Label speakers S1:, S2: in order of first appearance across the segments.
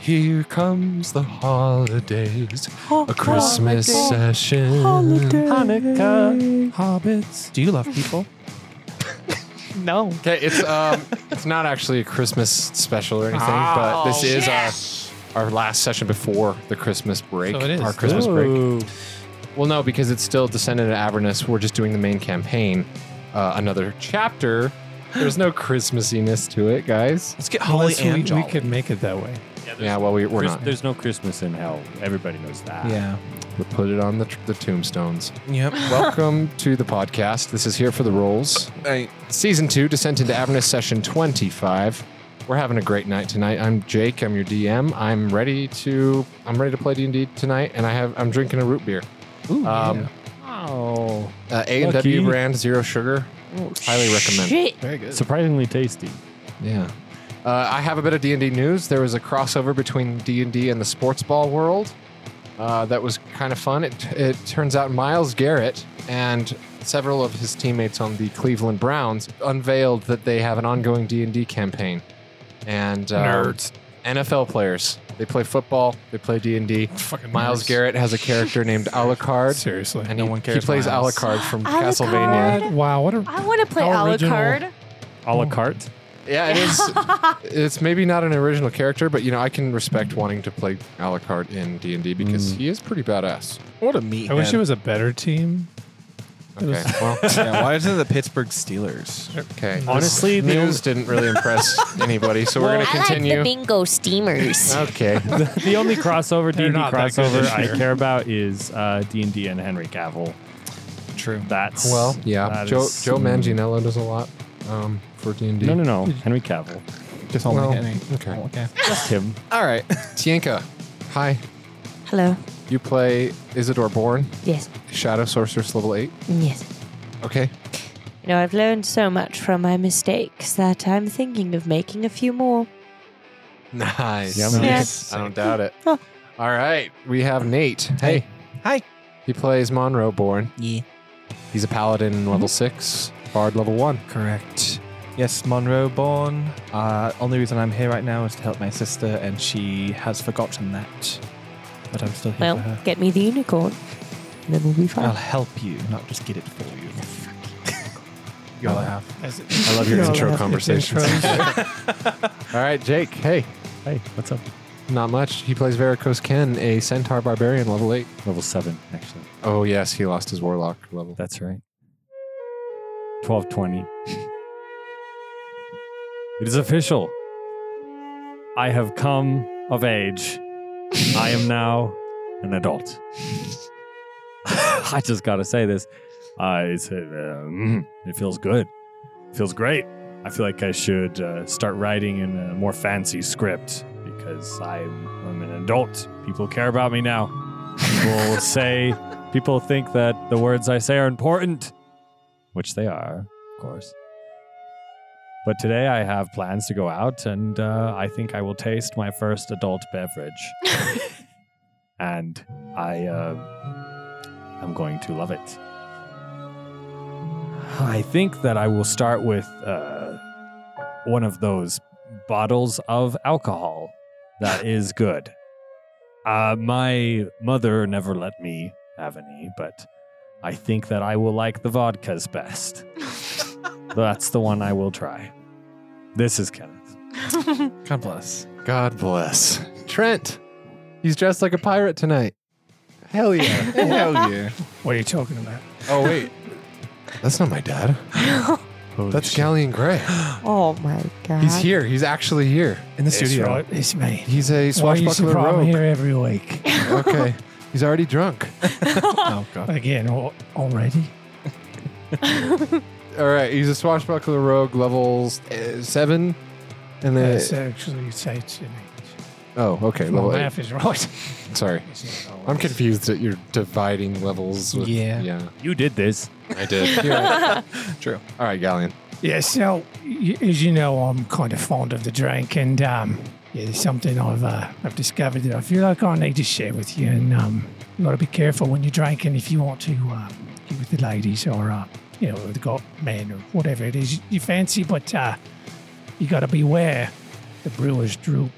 S1: Here comes the holidays, a Christmas session.
S2: Mm-hmm.
S3: Hanukkah.
S1: Hobbits.
S3: Do you love people?
S4: No.
S1: Okay, it's um, it's not actually a Christmas special or anything,
S4: Ah,
S1: but this is our our last session before the Christmas break.
S4: So it is.
S1: Our Christmas break.
S3: Ooh.
S1: Well, no, because it's still Descendant of Avernus. We're just doing the main campaign. Uh, another chapter. There's no Christmasiness to it, guys.
S3: Let's get
S4: Holly
S3: Holly
S4: and
S3: and
S4: Jolly.
S3: We could make it that way.
S1: Yeah, well, we, we're
S5: Chris-
S1: not.
S5: There's no Christmas in hell. Everybody knows that.
S3: Yeah.
S1: We put it on the, tr- the tombstones.
S3: Yep.
S1: Welcome to the podcast. This is Here for the Rolls. Season 2, Descent into Avernus, Session 25. We're having a great night tonight. I'm Jake. I'm your DM. I'm ready to I'm ready to play D&D tonight, and I have I'm drinking a root beer.
S3: Ooh,
S1: Um,
S5: Oh.
S1: uh, A&W
S5: Lucky.
S1: brand, zero sugar. Highly recommend.
S4: Shit.
S3: Very good.
S5: Surprisingly tasty.
S1: Yeah. Uh, I have a bit of D and D news. There was a crossover between D and D and the sports ball world. Uh, that was kind of fun. It, it turns out Miles Garrett and several of his teammates on the Cleveland Browns unveiled that they have an ongoing D and D campaign. And uh,
S4: Nerds.
S1: NFL players. They play football. They play D and D.
S3: Fucking
S1: Miles
S3: nerds.
S1: Garrett has a character named Alucard,
S3: Seriously.
S1: and
S3: no
S1: he,
S3: one
S1: he
S3: cares.
S1: plays
S3: Miles.
S1: Alucard from
S2: Alucard.
S1: Castlevania.
S3: Wow, what a
S2: I want to play
S3: How original.
S2: Alucard.
S5: A
S3: Oh.
S5: la carte.
S1: Yeah, it is. it's maybe not an original character, but you know I can respect wanting to play Alucard in D anD D because he is pretty badass.
S4: What a meat.
S3: I wish it was a better team.
S1: Okay,
S3: was-
S1: well,
S6: yeah, why isn't it the Pittsburgh Steelers?
S1: okay.
S5: Honestly,
S1: this
S5: the
S1: news didn't really impress anybody, so we're
S5: Well,
S1: gonna continue.
S2: bingo steamers.
S1: okay,
S5: the only crossover D
S3: They're
S5: and D
S3: not that good
S5: crossover
S3: this
S5: I
S3: year.
S5: care about is uh, D and D and Henry Cavill.
S3: True.
S5: That's
S1: well, yeah.
S5: that
S1: Joe
S5: is- mm.
S1: Joe Manganiello does a lot um, for D anD D.
S5: No, no, no. Henry Cavill.
S6: Just
S1: Well,
S6: only
S1: okay.
S6: Okay.
S5: Just him.
S6: All right.
S1: Tienka, hi.
S2: Hello.
S1: You play Isidore Born,
S2: Yes.
S1: Shadow Sorceress level eight.
S2: Yes.
S1: Okay.
S2: You know, I've learned so much from my mistakes that I'm thinking of making a few more.
S1: Nice.
S5: Yummy.
S2: Yes.
S1: I don't doubt it.
S2: Huh.
S1: All right, we have Nate. Hey.
S6: Hi.
S1: He plays Monroe Born.
S6: Yeah.
S1: He's a paladin in level six, bard level one.
S6: Correct. Yes, Monroe born. Uh, only reason I'm here right now is to help my sister, and she has forgotten that. But I'm still here for
S2: Well,
S6: her.
S2: get me the unicorn. And then we'll be
S6: I'll
S2: fine.
S6: help you, not just get it for you. You'll have.
S1: I love your
S2: No,
S1: intro
S2: that's-
S1: conversations. All right, Jake. Hey,
S5: Hey, what's up?
S1: not much. He plays Varicose Ken, a centaur barbarian, level eight.
S5: Level seven, actually.
S1: Oh yes, he lost his warlock level.
S5: That's right. Twelve twenty. it is official. I have come of age. I am now an adult. I just gotta say this. Uh, it's, uh, mm, it feels good. feels great. I feel like I should uh, start writing in a more fancy script because I'm, I'm an adult. People care about me now. People say People think that the words I say are important, which they are, of course. But today I have plans to go out, and uh, I think I will taste my first adult beverage. and I uh, am going to love it. I think that I will start with uh, one of those bottles of alcohol that is good. Uh, my mother never let me have any, but I think that I will like the vodkas best. That's the one I will try. This is Kenneth.
S6: God bless.
S1: God bless Trent. He's dressed like a pirate tonight. Hell yeah! Hell yeah!
S3: What are you talking about?
S1: Oh wait, that's not my dad. that's Galleon Gray.
S2: oh my god.
S1: He's here. He's actually here.
S3: In the
S5: studio.
S3: It's me.
S1: He's a
S3: Why you
S1: swashbuckler
S3: surprise me
S1: rogue.
S3: here every week?
S1: Okay, he's already drunk.
S6: Oh, God.
S3: Again, al- already?
S1: All right, he's a swashbuckler rogue, levels uh, seven, and then
S3: That's actually Satan's.
S1: oh, okay,
S3: Well,
S1: level eight.
S3: math is right.
S1: Sorry,
S3: It's not
S1: I'm
S3: always.
S1: confused that you're dividing levels. With,
S6: Yeah.
S1: yeah,
S5: You did this.
S1: I did. You're right.
S6: True.
S1: All right, Galleon.
S3: Yeah, so y- as you know, I'm kind of fond of the drink, and um, yeah, there's something I've uh, I've discovered that I feel like I need to share with you. And um, you got to be careful when you're drinking if you want to uh, be with the ladies or uh, you know the got men or whatever it is you, you fancy, but uh, you got to beware the brewer's droop.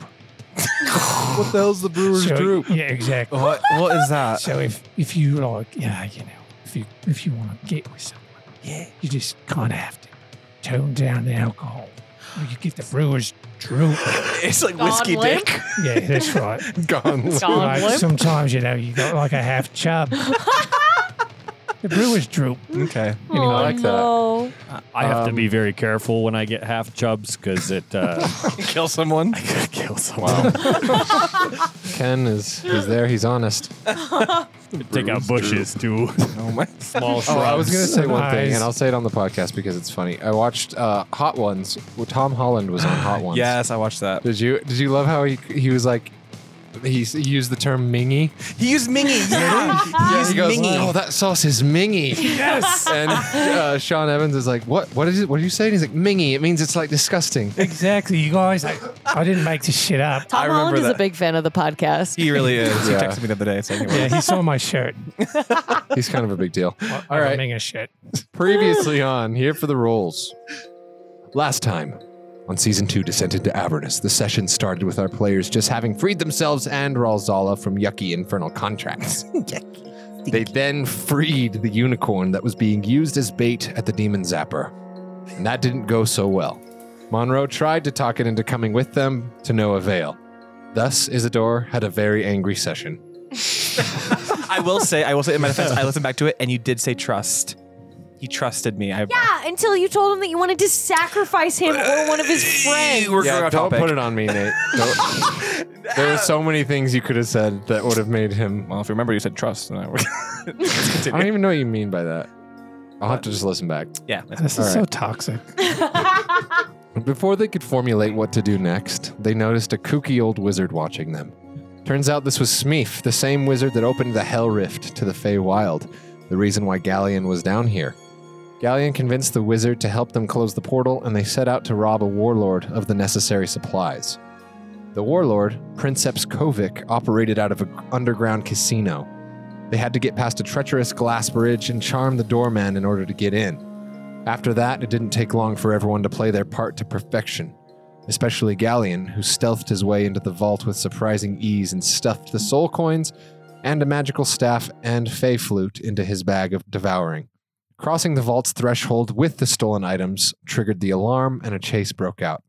S6: What the hell's the brewer's
S3: So-
S6: droop?
S3: Yeah, exactly.
S6: What, what is that?
S3: So if if you like, yeah, you know, if you if you want to get with someone, yeah, you just kind of have to tone down the alcohol. Or you get the brewer's droop.
S6: It's like
S7: Gone
S6: whiskey
S7: limp.
S6: dick.
S3: Yeah, that's right.
S1: Gone.
S7: Gone
S3: Like,
S7: limp.
S3: sometimes you know you got like a half chub. the brewer's droop.
S6: Okay.
S1: Anyway, I like that.
S2: no.
S5: I have to
S1: Um,
S5: be very careful when I get half chubs because it uh,
S6: Kill someone.
S5: could kill someone.
S1: Wow. Ken is he's there. He's honest.
S5: Take out bushes too.
S6: Oh my.
S5: Small
S1: Oh, I was gonna say one thing,
S3: Nice.
S1: and I'll say it on the podcast because it's funny. I watched uh, Hot Ones. Well, Tom Holland was on Hot Ones.
S6: Yes, I watched that.
S1: Did you Did you love how he he was like he s- he used the term mingy?
S6: He used Mingy. Yeah. he used
S1: he goes,
S6: Mingy.
S1: "Oh, that sauce is mingy."
S6: yes.
S1: and uh, Sean Evans is like, "What? What is it? What do you say?" And he's like, "Mingy." It means it's like disgusting.
S3: Exactly, you guys. I, I didn't make this shit up.
S7: Tom
S6: remember
S7: Holland is
S6: that.
S7: a big fan of the podcast.
S6: He really is.
S1: Yeah.
S6: He texted me the other day saying,
S3: Yeah, he saw my shirt.
S1: He's kind of a big deal.
S3: All
S1: right.
S3: Minga shirt.
S1: Previously on Here for the Rolls. Last time on season two, Descent into Avernus, the session started with our players just having freed themselves and Ralzala from yucky infernal contracts. They then freed the unicorn that was being used as bait at the demon zapper. And that didn't go so well. Monroe tried to talk it into coming with them to no avail. Thus, Isidore had a very angry session.
S6: I will say, I will say in my defense, I listened back to it, and you did say trust. He trusted me. I,
S7: Yeah, until you told him that you wanted to sacrifice him or one of his friends.
S6: We're going
S1: Yeah,
S6: off
S1: don't
S6: topic.
S1: put it on me, Nate. Don't- there are so many things you could have said that would have made him.
S6: Well, if you remember, you said trust, and I
S1: I don't even know what you mean by that. I'll have to just listen back.
S6: yeah.
S3: This
S1: All right.
S3: is so toxic.
S1: Before they could formulate what to do next, they noticed a kooky old wizard watching them. Turns out this was Smeef, the same wizard that opened the Hell Rift to the Fey Wild, the reason why Galleon was down here. Galleon convinced the wizard to help them close the portal, and they set out to rob a warlord of the necessary supplies. The warlord, Princeps Kovic, operated out of an underground casino. They had to get past a treacherous glass bridge and charm the doorman in order to get in. After that, it didn't take long for everyone to play their part to perfection, especially Galleon, who stealthed his way into the vault with surprising ease and stuffed the soul coins and a magical staff and fey flute into his bag of devouring. Crossing the vault's threshold with the stolen items triggered the alarm, and a chase broke out.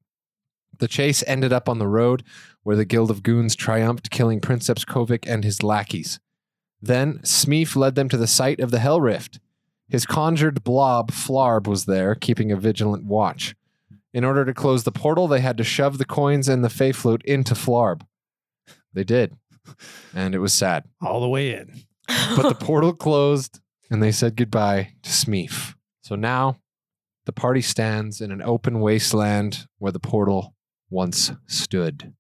S1: The chase ended up on the road where the Guild of Goons triumphed, killing Princeps Kovic and his lackeys. Then Smeef led them to the site of the Hell Rift. His conjured blob, Flarb, was there, keeping a vigilant watch. In order to close the portal, they had to shove the coins and the Fey flute into Flarb. They did. And it was sad.
S3: All the way in.
S1: But the portal closed, and they said goodbye to Smeef. So now the party stands in an open wasteland where the portal once stood.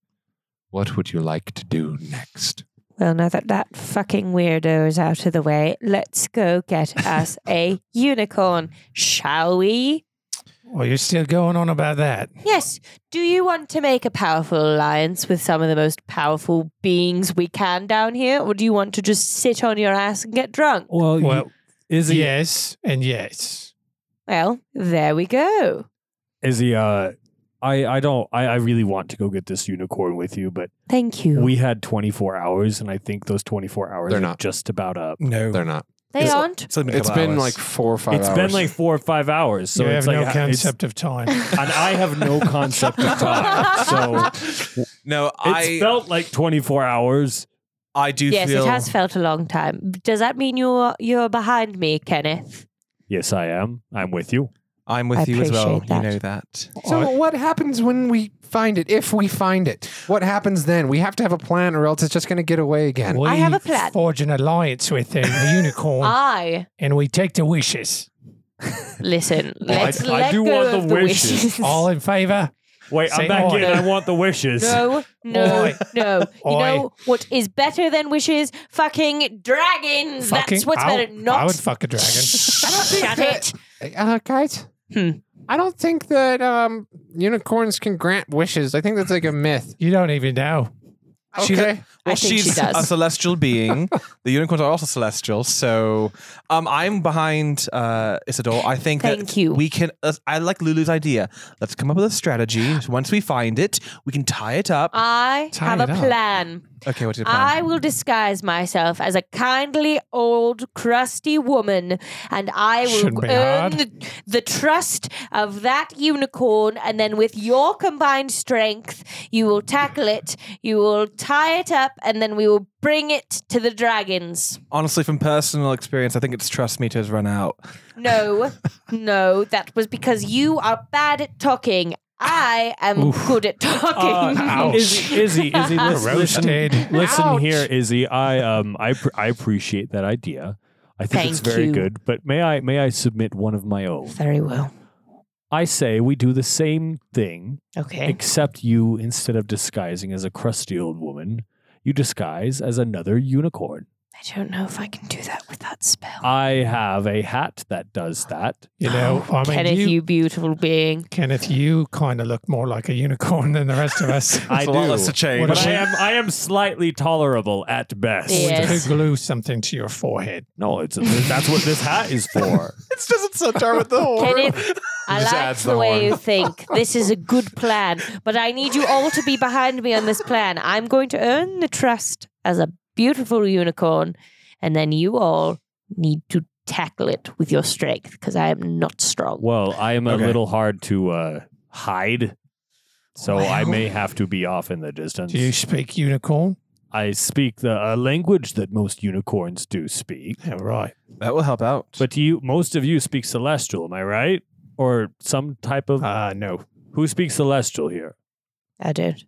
S1: What would you like to do next?
S2: Well, now that that fucking weirdo is out of the way, let's go get us a unicorn, shall we?
S3: Well, you're still going on about that.
S2: Yes. Do you want to make a powerful alliance with some of the most powerful beings we can down here, or do you want to just sit on your ass and get drunk?
S5: Well, you-
S3: Well,
S5: is he
S3: yes and yes.
S2: Well, there we go.
S5: is he uh I I don't I I really want to go get this unicorn with you, but
S2: Thank you.
S5: we had 24 hours and I think those 24 hours
S1: They're
S5: are
S1: not.
S5: just about up.
S6: No.
S1: They're not.
S2: they
S1: it's-
S2: aren't.
S6: It's, only
S1: It's
S6: couple
S1: been
S6: hours.
S1: like four or five
S5: It's
S1: hours.
S5: been like 4 or 5 hours, so
S3: you
S5: it's
S3: have no
S5: like uh, it's-
S3: concept of time.
S5: and I have no concept of time. So
S6: no.
S5: it's
S6: I
S5: felt like 24 hours.
S6: I do
S2: Yes,
S6: feel
S2: it has felt a long time. Does that mean you're you're behind me, Kenneth?
S5: Yes, I am. I'm with you.
S6: I'm with
S2: I
S6: you as well.
S2: appreciate
S6: You
S2: that.
S6: know that.
S1: So what happens when we find it? If we find it, what happens then? We have to have a plan, or else it's just going to get away again.
S3: We
S2: I have a plan. Uh,
S3: forge an alliance with the
S5: Oh.
S3: unicorn
S2: I
S3: and we take the wishes.
S2: listen.
S5: Oh, I-
S2: Let's
S5: I
S2: let
S5: do
S2: go
S5: want the
S2: of the
S5: wishes.
S2: wishes.
S3: All in favor?
S5: Wait,
S3: Say
S5: I'm back
S3: oi.
S5: in. I want the wishes.
S2: No, no,
S3: Oi.
S2: no. You
S3: Oi.
S2: know what is better than wishes? Fucking dragons. That's
S3: Fucking-
S2: what's
S3: I'll-
S2: better.
S3: I
S2: Not
S3: would fuck a dragon.
S2: shut it.
S1: Uh, guys,
S2: Hmm.
S1: I don't think that um, unicorns can grant wishes. I think that's like a myth.
S3: You don't even know.
S6: She's a,
S1: Okay.
S6: well,
S2: I think she
S6: she's
S2: does.
S6: a celestial being. the unicorns are also celestial. So um, I'm behind uh, Isidore. I think
S2: Thank
S6: that
S2: you.
S6: we can. Uh, I like Lulu's idea. Let's come up with a strategy. So once we find it, we can tie it up.
S2: I
S6: Tie
S2: have
S6: it
S2: a
S6: up.
S2: plan.
S6: okay, what's your plan?
S2: Uh, I will disguise myself as a kindly old crusty woman and I
S3: Shouldn't
S2: will
S3: be
S2: earn
S3: hard.
S2: the, the trust of that unicorn and then with your combined strength you will tackle it, you will tie it up and then we will bring it to the dragons.
S6: Honestly, from personal experience, I think it's trust meters run out.
S2: No. no, that was because you are bad at talking. I am good at talking.
S5: Uh, Izzy, Izzy, Izzy, listen,
S3: Roasted.
S5: listen, listen
S2: Ouch.
S5: here, Izzy. I um, I, pr- I appreciate that idea. I think it's
S2: Thank
S5: very
S2: you.
S5: good. But may I, may I submit one of my own?
S2: Very well.
S5: I say we do the same thing,
S2: Okay.
S5: except you, instead of disguising as a crusty old woman, you disguise as another unicorn.
S2: I don't know if I can do that with that spell.
S5: I have a hat that does that.
S3: You know, I mean,
S2: Oh, Kenneth,
S3: you,
S2: you beautiful being.
S3: Kenneth, you kind of look more like a unicorn than the rest of us.
S5: I
S6: There's
S5: do.
S6: a lot less to change.
S5: But
S3: What
S5: I
S3: about-
S5: am, I am slightly tolerable at best.
S2: Yeah.
S3: You
S2: Yes.
S3: could glue something to your forehead.
S5: No, it's that's what this hat is for.
S1: It's just it's so dark with the horn.
S2: Kenneth, I
S1: Just
S2: like
S1: adds
S2: the
S1: the horn.
S2: way you think. This is a good plan, but I need you all to be behind me on this plan. I'm going to earn the trust as a beautiful unicorn, and then you all need to tackle it with your strength because I am not strong.
S5: Well, I am a
S6: Okay.
S5: little hard to uh, hide, so I
S2: Well.
S5: may have to be off in the distance.
S3: Do you speak unicorn?
S5: I speak the uh, language that most unicorns do speak,
S3: Yeah, right.
S6: That will help out.
S5: but do you, most of you speak celestial. Am I right? Or some type of
S3: Uh, no.
S5: who speaks celestial here?
S2: I don't.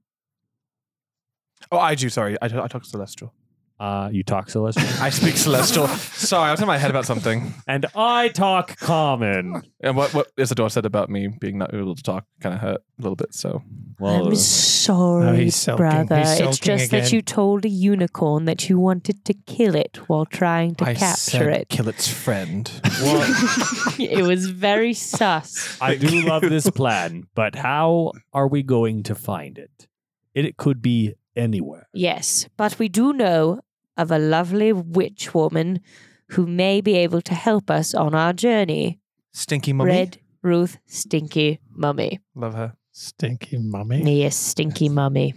S6: oh, I do. Sorry, I, I talk celestial.
S5: Uh, you talk celestial,
S6: I speak celestial. sorry, I was in my head about something.
S5: and I talk common.
S6: And what what Isidore said about me being not able to talk kind of hurt a little bit. So
S5: Well,
S6: uh,
S2: I'm sorry,
S3: No, he's sulking.
S2: brother.
S3: He's
S2: it's
S3: sulking
S2: just that
S3: again.
S2: you told a unicorn that you wanted to kill it while trying to
S6: I
S2: capture
S6: said
S2: it.
S6: kill its friend.
S2: it was very sus.
S5: I do love this plan, but how are we going to find it? It, it could be anywhere.
S2: Yes, but we do know of a lovely witch woman who may be able to help us on our journey.
S6: Stinky mummy.
S2: Red Ruth Stinky Mummy.
S6: Love her.
S3: Stinky mummy.
S2: Yes, Stinky Mummy.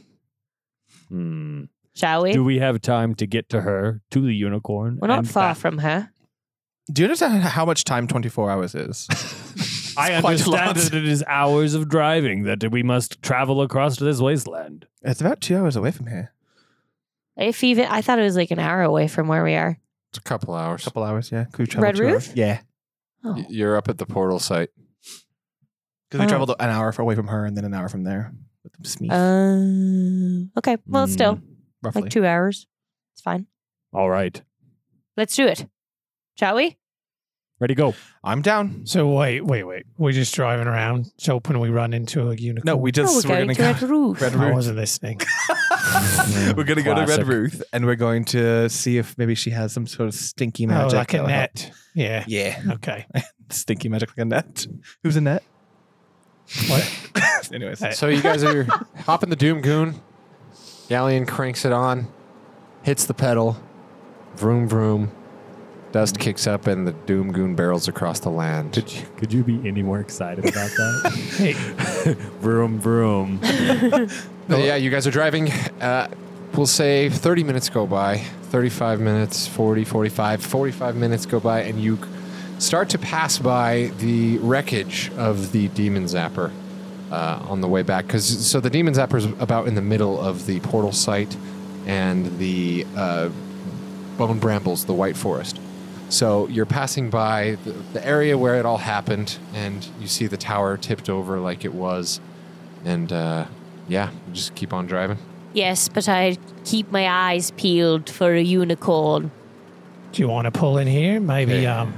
S5: Hmm.
S2: Shall we?
S5: Do we have time to get to her, to the unicorn?
S2: We're not
S5: and
S2: far
S5: back?
S2: from her.
S6: Do you understand how much time 24 hours is?
S5: I
S6: It's quite a lot.
S5: understand that it is hours of driving that we must travel across to this wasteland.
S6: It's about two hours away from here.
S2: If even I thought it was like an hour away from where we are.
S1: It's a couple
S6: A
S1: hours.
S6: couple hours, yeah. Could we
S2: travel Red two Roof? hours?
S6: Yeah.
S2: Oh.
S1: You're up at the portal site.
S6: Because we
S2: Oh.
S6: traveled an hour away from her and then an hour from there. With the Smeef,
S2: Uh, okay. Well, still
S6: roughly.
S2: like two hours. It's fine.
S5: All right.
S2: Let's do it. Shall we?
S5: Ready, go.
S6: I'm down.
S3: So wait, wait, wait. We're just driving around. It's open. We run into a unicorn.
S6: No, we
S2: No,
S6: just
S2: Oh, we're
S6: we're,
S2: going to
S6: gonna
S2: Red Roof.
S6: Red
S3: I
S6: Roof.
S3: wasn't listening.
S6: go. we're gonna go to Red
S5: Classic.
S6: Ruth and we're going to see if maybe she has some sort of stinky
S3: oh,
S6: magic.
S3: like a
S6: that'll help.
S3: net. Yeah.
S6: Yeah.
S3: Okay.
S6: Stinky magic like a net. Who's a net?
S3: What?
S6: Anyways.
S1: So you guys are hopping the Doom Goon. Galleon cranks it on, hits the pedal, vroom vroom. Dust kicks up and the Doom Goon barrels across the land.
S5: Could you, could you be any more excited about that?
S3: Hey,
S5: vroom, vroom.
S1: Uh, yeah, you guys are driving. Uh, we'll say 30 minutes go by, 35 minutes, 40, 45, 45 minutes go by, and you c- start to pass by the wreckage of the Demon Zapper uh, on the way back. Because so the Demon Zapper is about in the middle of the portal site and the uh, Bone Brambles, the White Forest. So you're passing by the, the area where it all happened, and you see the tower tipped over like it was and uh, yeah, just keep on driving.
S2: Yes, but I keep my eyes peeled for a unicorn.
S3: do you want to pull in here? Maybe,
S1: Yeah.
S3: um,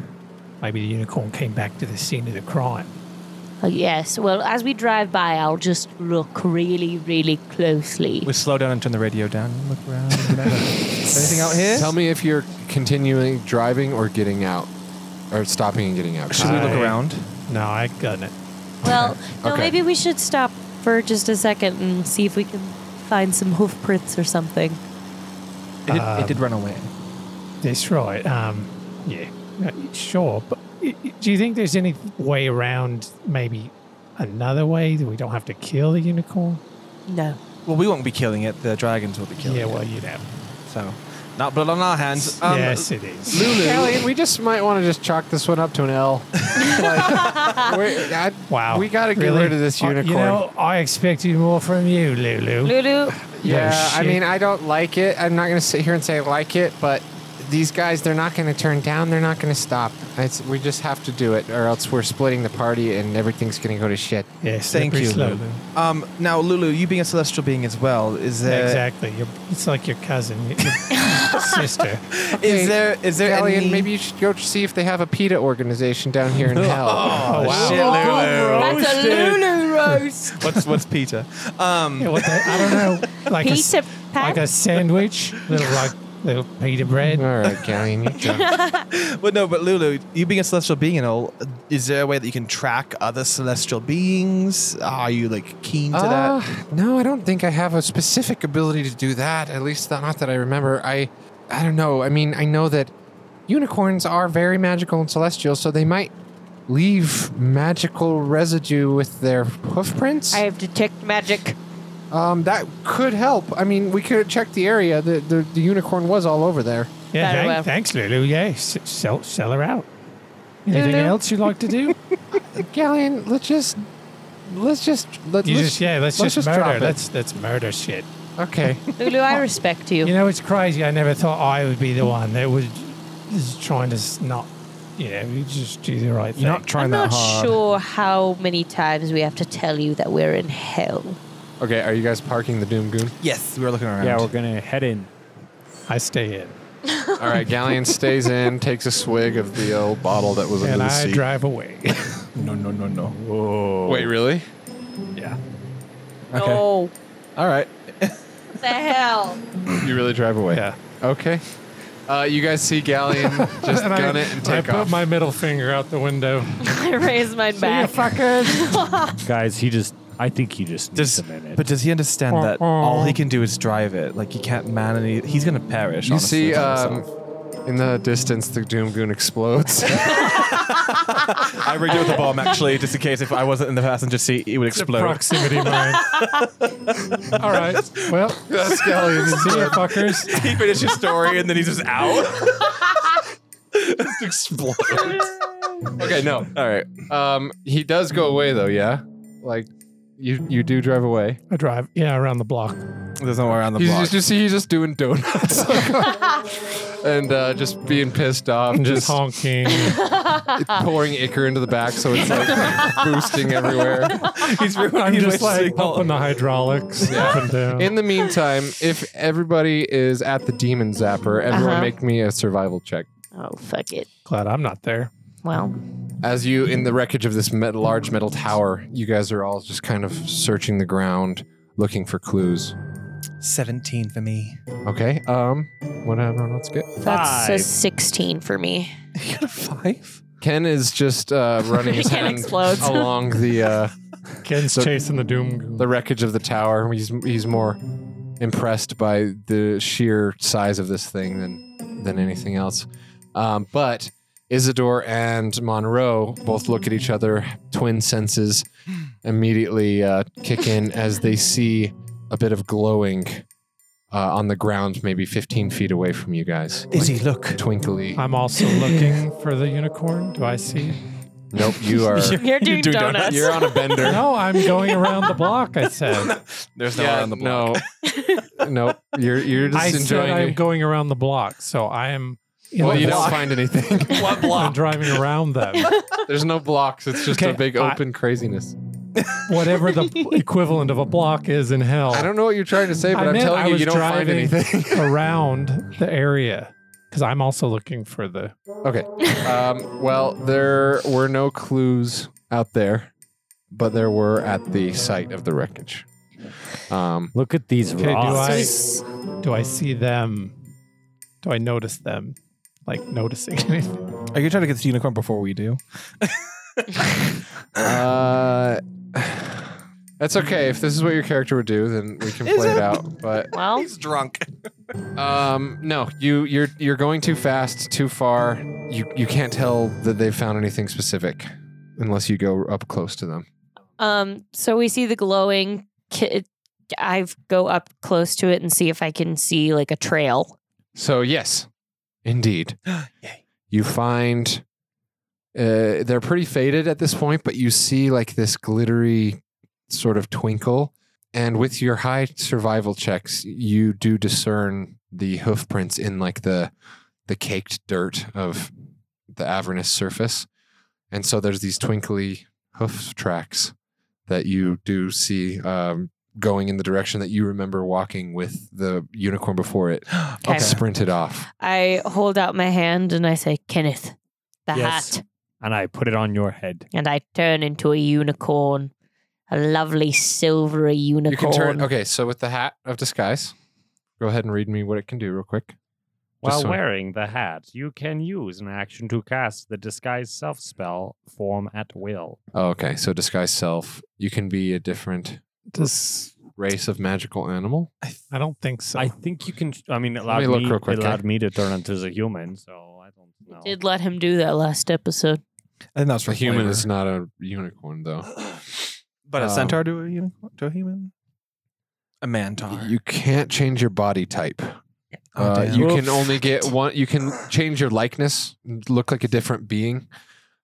S3: maybe the unicorn came back to the scene of the crime.
S2: Uh, yes, well, as we drive by, I'll just look really, really closely.
S6: We slow down and turn the radio down. and Look around. Anything out here?
S1: Tell me if you're continuing driving or getting out, or stopping and getting out.
S6: Should we look
S3: I-
S6: around?
S3: No, I got it.
S2: Well, no,
S1: Okay.
S2: maybe we should stop for just a second and see if we can find some hoof prints or something.
S6: It, did- it
S5: Um,
S6: did run away.
S3: That's right. Um, yeah, uh, sure. But i- i- do you think there's any way around? Maybe another way that we don't have to kill the unicorn?
S2: No.
S6: Well, we won't be killing it. The dragons will be killing
S3: yeah,
S6: it.
S3: well, you know.
S6: So, not blood on our hands. Um,
S3: yes, it is.
S1: Kelly, we just might want to just chalk this one up to an L. Like, we're- I-
S3: Wow.
S1: we got to get
S3: Really?
S1: rid of this
S3: Uh,
S1: unicorn.
S3: You know, I expected more from you, Lulu.
S2: Lulu,
S1: yeah, I
S3: shit.
S1: mean, I don't like it. I'm not going to sit here and say I like it, but these guys, they're not going to turn down. They're not going to stop. It's, we just have to do it, or else we're splitting the party and everything's going to go to shit.
S3: Yes,
S6: Thank
S3: slippery
S6: you,
S3: slope.
S6: Lulu. Um, now, Lulu, you being a celestial being as well, is there is
S3: Exactly. You're, it's like your cousin, your sister.
S1: Okay,
S6: there is there
S1: Kelly,
S6: any?
S1: and maybe you should go see if they have a PETA organization down here in hell.
S6: Oh,
S3: wow.
S6: shit, Lulu.
S2: that's a Lulu roast.
S6: what's what's Peter? Um,
S3: Yeah, what the, I don't know. Like a, s-
S2: Pizza
S3: like
S2: pack.
S3: a sandwich, little like little pita bread.
S1: All right, Kelly, you need to.
S6: but no, but Lulu, you being a celestial being and all, is there a way that you can track other celestial beings? Are you like keen to
S1: Uh,
S6: that?
S1: No, I don't think I have a specific ability to do that. At least not not that I remember. I, I don't know. I mean, I know that unicorns are very magical and celestial, so they might leave magical residue with their hoof prints.
S2: I have detect magic.
S1: um, that could help. I mean, we could check the area. The the, the unicorn was all over there.
S2: Very
S3: Yeah, thank-
S2: well.
S3: thanks, Lulu. Yeah, s- sell, sell her out. Anything
S2: Lulu.
S3: else you'd like to do?
S1: Galleon, let's just let's just let,
S3: You
S1: let's
S3: just yeah, let's,
S1: let's
S3: just,
S1: just drop
S3: murder.
S1: it.
S3: Let's let's murder shit.
S1: okay.
S2: Lulu, I respect you.
S3: You know, it's crazy. I never thought I would be the one that would is trying to s- not, you know, you just do the right thing.
S6: You're not trying
S2: I'm
S6: that
S2: not
S6: hard.
S2: sure how many times we have to tell you that we're in hell.
S1: okay, are you guys parking the Doom Goon?
S6: Yes, we were looking around.
S5: Yeah, we're gonna head in.
S3: I stay in
S1: All right, Galleon stays in, takes a swig of the old bottle that was under
S3: and
S1: the
S3: I
S1: seat.
S3: drive away.
S6: no, no, no, no.
S5: Whoa.
S1: Wait, really?
S5: Yeah.
S6: Okay.
S2: No.
S6: All right.
S2: the hell?
S1: You really drive away?
S3: Yeah.
S1: Okay. Uh, you guys see Galleon just
S3: And I-
S1: gun it and take
S3: I
S1: off.
S3: put my middle finger out the window.
S2: I raised mine back.
S5: Guys, he just. I think he just needs a minute.
S6: but does he understand that all he can do is drive it? Like he can't man any. He's gonna perish.
S1: you
S6: honestly,
S1: see
S6: to
S1: um,
S6: himself.
S1: in the distance the Doom Goon explodes.
S6: I rigged it with a bomb actually, just in case if I wasn't in the passenger seat, it would explode.
S3: Proximity mine. All right. Well,
S1: That's Galleon's
S3: see you, fuckers.
S6: he finished his story and then he's just out. just explodes.
S1: Okay, no. All right. Um, he does go away though, yeah? Like you you do drive away.
S3: I drive, yeah, around the block.
S6: There's nowhere on the
S1: He's
S6: block.
S1: just, you see he's just doing donuts. and uh, just being pissed off and just
S3: honking.
S1: pouring ichor into the back so it's like boosting everywhere.
S6: he's ruining
S3: I'm
S6: his
S3: just like
S6: signal.
S3: pumping the hydraulics up and down.
S1: In the meantime, if everybody is at the demon zapper, everyone
S2: Uh-huh.
S1: make me a survival check.
S2: Oh, fuck it.
S3: Glad I'm not there.
S2: Well,
S1: As you, in the wreckage of this met- large metal tower, you guys are all just kind of searching the ground, looking for clues.
S6: 17 for me.
S1: Okay, um, what did everyone else get?
S2: that's a
S5: Five.
S2: 16 for me.
S6: You got a five?
S1: Ken is just uh, running his
S2: Ken
S1: hand
S2: explodes.
S1: along the uh,
S3: Ken's
S1: So-
S3: chasing the doom.
S1: the wreckage of the tower. He's he's more impressed by the sheer size of this thing than than anything else. Um, but Isidore and Monroe both look at each other. Twin senses immediately uh, kick in as they see a bit of glowing uh, on the ground, maybe 15 feet away from you guys.
S6: Izzy, look.
S1: Like, Twinkly.
S3: I'm also looking for the unicorn. Do I see? it?
S1: Nope, you are.
S2: You're doing
S6: doing
S2: donuts.
S1: You're on a bender.
S3: No, I'm going around the block. I said.
S6: There's
S1: Yeah, No, nope. You're you're just
S3: I said
S1: enjoying.
S3: I'm
S1: it.
S3: going around the block, so I am. in
S1: well,
S3: the
S1: you don't
S3: block.
S1: find anything.
S6: What
S3: I'm
S6: block?
S3: driving around them.
S1: There's no blocks. It's just a
S3: Okay,
S1: big
S3: I-
S1: open craziness.
S3: Whatever the equivalent of a block is in hell.
S1: I don't know what you're trying to say, but
S3: I
S1: I'm
S3: meant
S1: telling
S3: I
S1: you,
S3: was
S1: you don't find
S3: driving
S1: anything.
S3: around the area because I'm also looking for the.
S1: okay. Um, well, there were no clues out there, but there were at the site of the wreckage. Um,
S5: Look at these
S3: do I-
S5: rocks.
S3: Do I see them? Do I notice them? Like noticing anything?
S6: Are you trying to get this unicorn before we do?
S1: uh, That's okay. If this is what your character would do, then we can play it out. But
S2: Well,
S8: He's drunk.
S1: Um, no, you you're you're going too fast, too far. You you can't tell that they've found anything specific unless you go up close to them.
S2: um, so we see the glowing. Ki- I go up close to it and see if I can see like a trail.
S1: So yes, indeed,
S6: Yay.
S1: you find uh, they're pretty faded at this point, but you see like this glittery sort of twinkle, and with your high survival checks, you do discern the hoof prints in like the the caked dirt of the Avernus surface, and so there's these twinkly hoof tracks that you do see. Um, Going in the direction that you remember walking with the unicorn before it
S2: Okay.
S1: sprinted off.
S2: I hold out my hand and I say, Kenneth, the
S5: Yes.
S2: hat.
S5: And I put it on your head.
S2: And I turn into a unicorn, a lovely silvery
S1: You can
S2: unicorn.
S1: turn. Okay, so with the hat of disguise, go ahead and read me what it can do real quick. Just
S5: While
S1: so-
S5: wearing the hat, you can use an action to cast the disguise self spell form at will.
S1: Oh, okay, so disguise self. You can be a different
S6: Does
S1: race of magical animal.
S6: I, I don't think so.
S5: I think you can. I mean, it allowed,
S1: look
S5: me,
S1: real quick,
S5: it allowed
S1: okay?
S5: me to turn into a human, so I don't know.
S2: Did let him do that last episode.
S6: I think that's
S1: The human is not a unicorn though.
S6: but
S1: um,
S6: a centaur to a unicorn to a human. A mantar.
S1: You can't change your body type.
S6: Oh,
S1: Uh,
S6: damn.
S1: you
S6: Well,
S1: can only get one. You can change your likeness, look like a different being,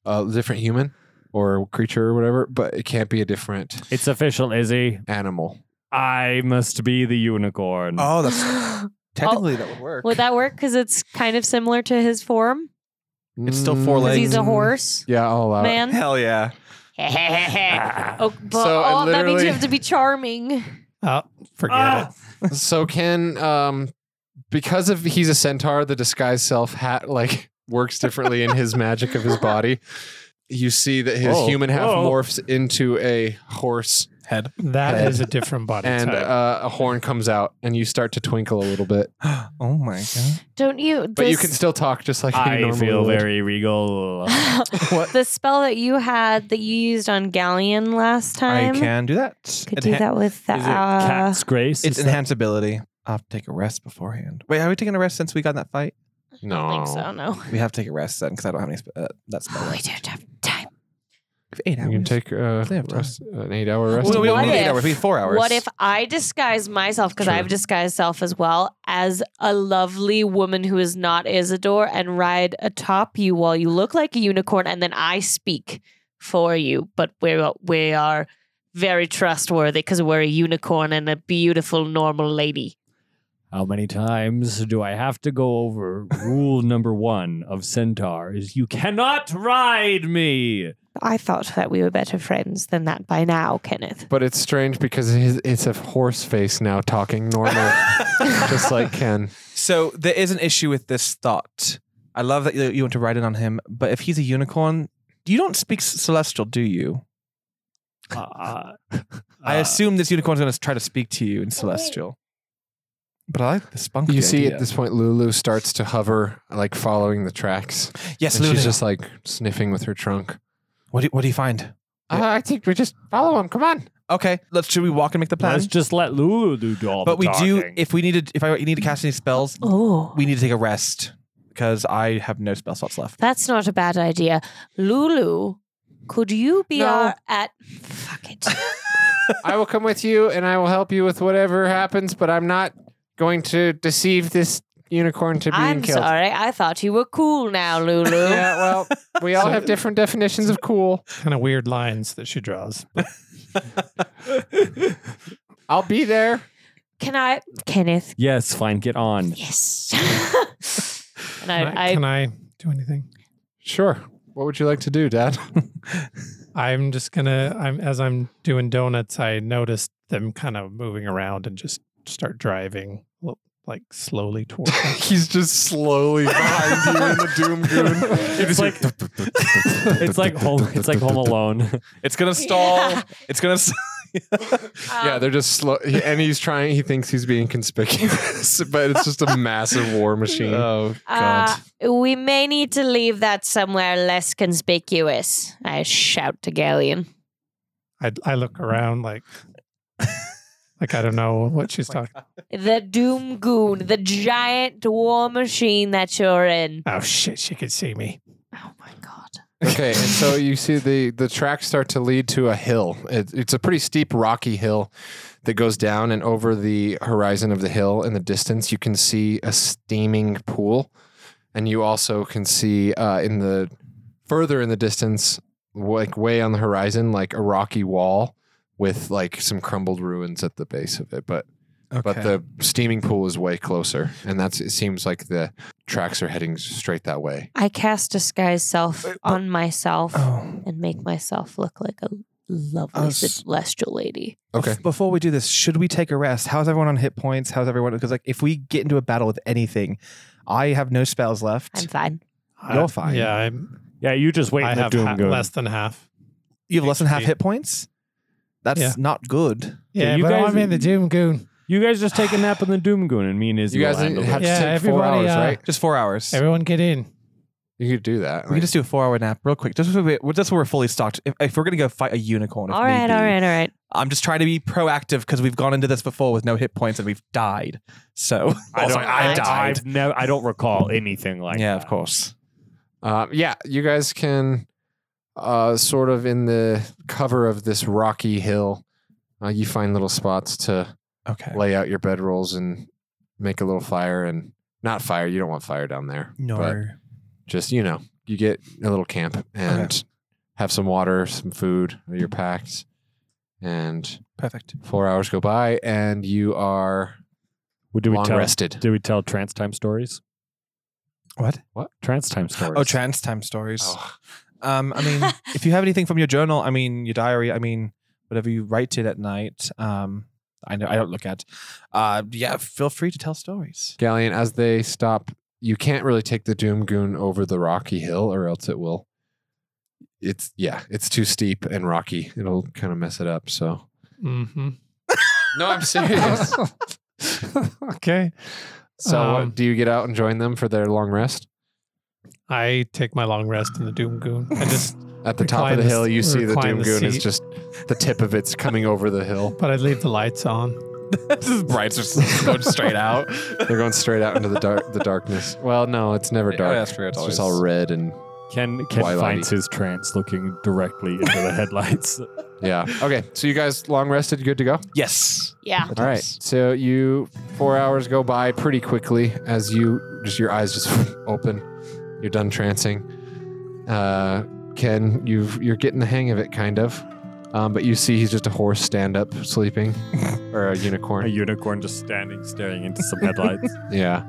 S1: a different human or creature or whatever, but it can't be a different
S5: It's official, Izzy.
S1: animal.
S5: I must be the unicorn.
S6: Oh, that's technically that would work.
S2: Would that work? Because it's kind of similar to his form.
S6: It's still four
S2: 'Cause
S6: legs.
S2: he's a horse
S1: Mm. Yeah, I'll allow it.
S2: man.
S6: Hell yeah.
S2: oh, but
S1: Uh, So I
S2: oh, that means
S1: literally-
S2: you have to be charming.
S3: Oh, forget
S5: Ah!
S3: it.
S1: so can um because of he's a centaur the disguise self hat like works differently in his magic of his body you see that his
S5: Whoa,
S1: human half
S5: whoa.
S1: morphs into a horse
S6: Head.
S3: That
S1: Head.
S3: is a different body
S1: and
S3: type.
S1: uh, a horn comes out and you start to twinkle a little bit
S6: Oh my god.
S2: Don't you?
S1: but you
S2: this-
S1: can still talk just like you
S5: I
S1: normally
S5: feel
S1: would.
S5: very regal.
S6: What?
S2: the spell that you had that you used on Galleon last
S6: I
S2: time.
S6: can do that.
S2: Um, Could do
S6: Enhan-
S2: that with the.
S6: is it
S2: Uh,
S5: Cat's grace.
S6: It's
S5: is that-
S6: enhanced ability. I'll have to take a rest beforand. Wait, are we taking a rest since we got in that fight?
S1: no
S2: I think so. No.
S6: We have to take a rest then because I don't have any. Sp- uh, that spell
S2: Oh, we
S6: left.
S2: don't have time.
S6: Eight
S1: you can
S6: hours.
S1: take uh,
S6: They have
S1: rest, an eight hour rest
S6: Well, we don't
S2: What
S6: need eight
S2: if-
S6: hours. We need four hours.
S2: What if I disguise myself because I
S1: True.
S2: have disguised self as well as a lovely woman who is not Isidore and ride atop you while you look like a unicorn, and then I speak for you, but we we are very trustworthy because we're a unicorn and a beautiful normal lady.
S5: How many times do I have to go over rule number one of Centaur is you cannot ride me?
S2: I thought that we were better friends than that by now, Kenneth.
S1: but it's strange because his, it's a horse face now talking normal just like ken
S6: So there is an issue with this thought. I love that you, you want to write it on him, but if he's a unicorn, you don't speak c- celestial, do you?
S5: Uh,
S6: I
S5: uh,
S6: assume this unicorn's going to try to speak to you in celestial. But I like the spunk.
S1: You see, at this point, Lulu starts to hover, like following the tracks.
S6: yes,
S1: and
S6: Lulu.
S1: she's just like sniffing with her trunk.
S6: what, do, what do you find?
S1: Uh, I think we just follow him. Come on.
S6: Okay, let's should we walk and make the plan?
S5: Let's just let Lulu do all the
S6: but we do.
S5: talking.
S6: If we needed, if I need to cast any spells,
S2: Oh.
S6: we need to take a rest because I have no spell slots left.
S2: That's not a bad idea. Lulu, could you be
S1: No.
S2: our at fuck it.
S1: I will come with you and I will help you with whatever happens, but I'm not going to deceive this unicorn to being
S2: I'm
S1: killed.
S2: sorry. I thought you were cool now, Lulu.
S1: Yeah, well, we all have different definitions of cool.
S3: kind of weird lines that she draws.
S1: I'll be there.
S2: Can I Kenneth?
S5: yes, fine, get on.
S2: Yes. and
S3: Can I,
S2: I, I
S3: can I do anything?
S1: Sure. What would you like to do, Dad?
S3: I'm just gonna. I'm as I'm doing donuts. I noticed them kind of moving around and just start driving l- like slowly towards. us.
S1: He's just slowly behind you in the Doom Goon.
S5: It's like it's like home. It's like Home Alone.
S6: It's gonna stall. It's gonna. s-
S1: Yeah, they're just slow, he- and he's trying. He thinks he's being conspicuous, but it's just a massive war machine.
S6: Oh
S2: uh, we may need to leave that somewhere less conspicuous. I shout to Galleon.
S3: I, I look around like, like I don't know what she's talking.
S2: The Doom Goon, the giant war machine that you're in.
S3: Oh shit, she could see me.
S2: Oh my god.
S1: Okay, and so you see the the tracks start to lead to a hill. It, it's a pretty steep, rocky hill that goes down, and over the horizon of the hill in the distance, you can see a steaming pool, and you also can see uh, in the further in the distance, like way on the horizon, like a rocky wall with like some crumbled ruins at the base of it. But
S6: Okay.
S1: but the steaming pool is way closer, and that's it seems like the tracks are heading straight that way.
S2: I cast disguise self on myself
S6: oh.
S2: and make myself look like a lovely
S6: I was-
S2: celestial lady.
S1: Okay.
S6: Bef- Before we do this, should we take a rest? How's everyone on hit points? How's everyone? Because like, if we get into a battle with anything, I have no spells left.
S2: I'm fine.
S3: I-
S6: You're fine.
S3: Uh, Yeah, I'm.
S5: Yeah, you just wait
S3: I
S5: in the
S3: have
S5: doom
S3: ha-
S5: goon.
S3: less than half.
S6: you have less than half
S3: HP.
S6: hit points. That's
S3: Yeah.
S6: not good.
S3: Yeah,
S5: you
S3: but
S5: guys-
S3: I'm in the doom goon.
S5: You guys just take a nap in the doom goon, and me and Izzy
S1: You
S5: will
S1: guys
S5: handle
S1: have
S5: it.
S3: Yeah,
S1: to take four
S3: everybody,
S1: hours,
S3: uh,
S1: right?
S6: Just four hours.
S3: Everyone get in.
S1: You could do that.
S6: we can just do a four-hour nap real quick. Just so we, just so we're fully stocked. If, if we're gonna go fight a unicorn, if
S2: All right,
S6: need be.
S2: all right, all right.
S6: I'm just trying to be proactive because we've gone into this before with no hit points and we've died. So
S5: I don't.
S6: Also,
S5: I, I've never. I don't recall anything like.
S6: yeah,
S5: that.
S6: of course.
S1: Uh, yeah, you guys can uh, sort of in the cover of this rocky hill, uh, you find little spots to
S6: Okay.
S1: lay out your bedrolls and make a little fire and not fire. You don't want fire down there. but just you know, you get a little camp and have some water, some food. You're packed, and
S6: Perfect.
S1: four hours go by, and you are
S5: Well, Do we
S1: long
S5: tell?
S1: rested.
S5: Do we tell trance time stories?
S6: What?
S5: Trance time stories.
S6: Oh, trans time stories.
S1: Oh,
S6: Um, I mean, if you have anything from your journal, I mean, your diary, I mean, whatever you write it at night. Um, I know I don't look at. Uh, yeah, feel free to tell stories.
S1: Galleon, as they stop, you can't really take the Doom Goon over the rocky hill, or else it will. It's yeah, it's too steep and rocky. It'll kind of mess it up. So
S3: Mm-hmm.
S1: no, I'm serious.
S3: okay.
S1: so what,
S3: Um,
S1: do you get out and join them for their long rest
S3: I take my long rest in the doom goon. I just,
S1: at the top
S3: Recline
S1: of the
S3: the
S1: hill?
S3: s-
S1: You see the
S3: recline
S1: Doom
S3: the
S1: Goon is
S3: seat.
S1: just the tip of it's coming over the hill.
S3: but I leave the lights on.
S1: His brights are just going straight out. They're going straight out into the dark, the darkness. Well, no, it's never dark.
S6: that's true.
S1: it's just all red and
S5: Ken Ken
S1: Twilighty.
S5: finds his trance looking directly into the headlights.
S1: yeah. Okay, so you guys long rested, good to go.
S6: Yes.
S2: Yeah.
S1: All right. So you four hours go by pretty quickly as you just your eyes just open. You're done trancing. Uh, Ken, you've you're getting the hang of it kind of, um, but you see he's just a horse stand up sleeping or a
S5: a
S1: unicorn.
S5: unicorn just standing, staring into some headlights.
S1: Yeah.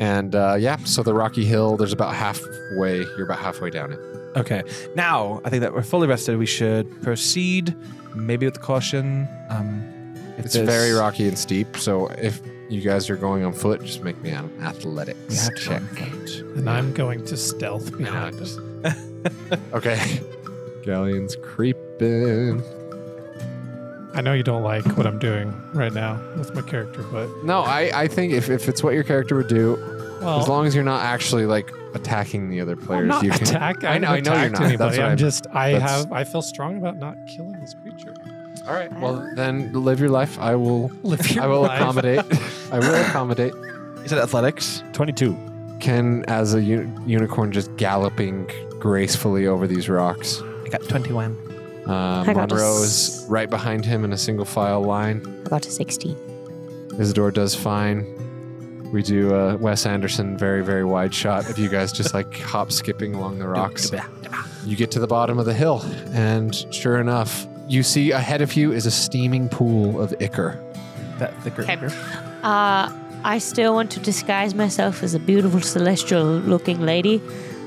S1: And uh, yeah, so the rocky hill. There's about halfway. You're about halfway down it.
S6: Okay. Now I think that we're fully rested. We should proceed, maybe with caution. Um, if
S1: It's
S6: there's-
S1: very rocky and steep. So if you guys are going on foot, just make me an athletics
S6: have to go
S1: check.
S6: on
S3: And I'm going to stealth behind them.
S1: okay. Galleon's creeping.
S3: I know you don't like what I'm doing right now with my character, but
S1: No, I, I think if, if it's what your character would do,
S3: well,
S1: as long as you're not actually like attacking the other players,
S3: I'm not
S1: you can.
S3: attack.
S1: I
S3: I,
S1: know- I know you're
S3: attacked
S1: not. That's
S3: Anybody.
S1: what
S3: I'm
S1: I'm-
S3: just. I
S1: that's-
S3: have. I feel strong about not killing this creature.
S1: All right. Well, then live your life. I will.
S3: Live your
S1: I will
S3: life.
S1: accommodate. I will accommodate.
S6: Is it athletics?
S5: Twenty-two.
S1: Ken as a u- unicorn just galloping gracefully over these rocks.
S6: I got twenty-one.
S1: Uh,
S2: I got a
S1: Monroe
S2: s-
S1: is right behind him in a single file line.
S2: I got a 16.
S1: Isidore does fine. We do uh, Wes Anderson very very wide shot of you guys just like hop skipping along the rocks. You get to the bottom of the hill, and sure enough, you see ahead of you is a steaming pool of ichor.
S6: That thicker.
S2: Okay. Uh, I still want to disguise myself as a beautiful celestial looking lady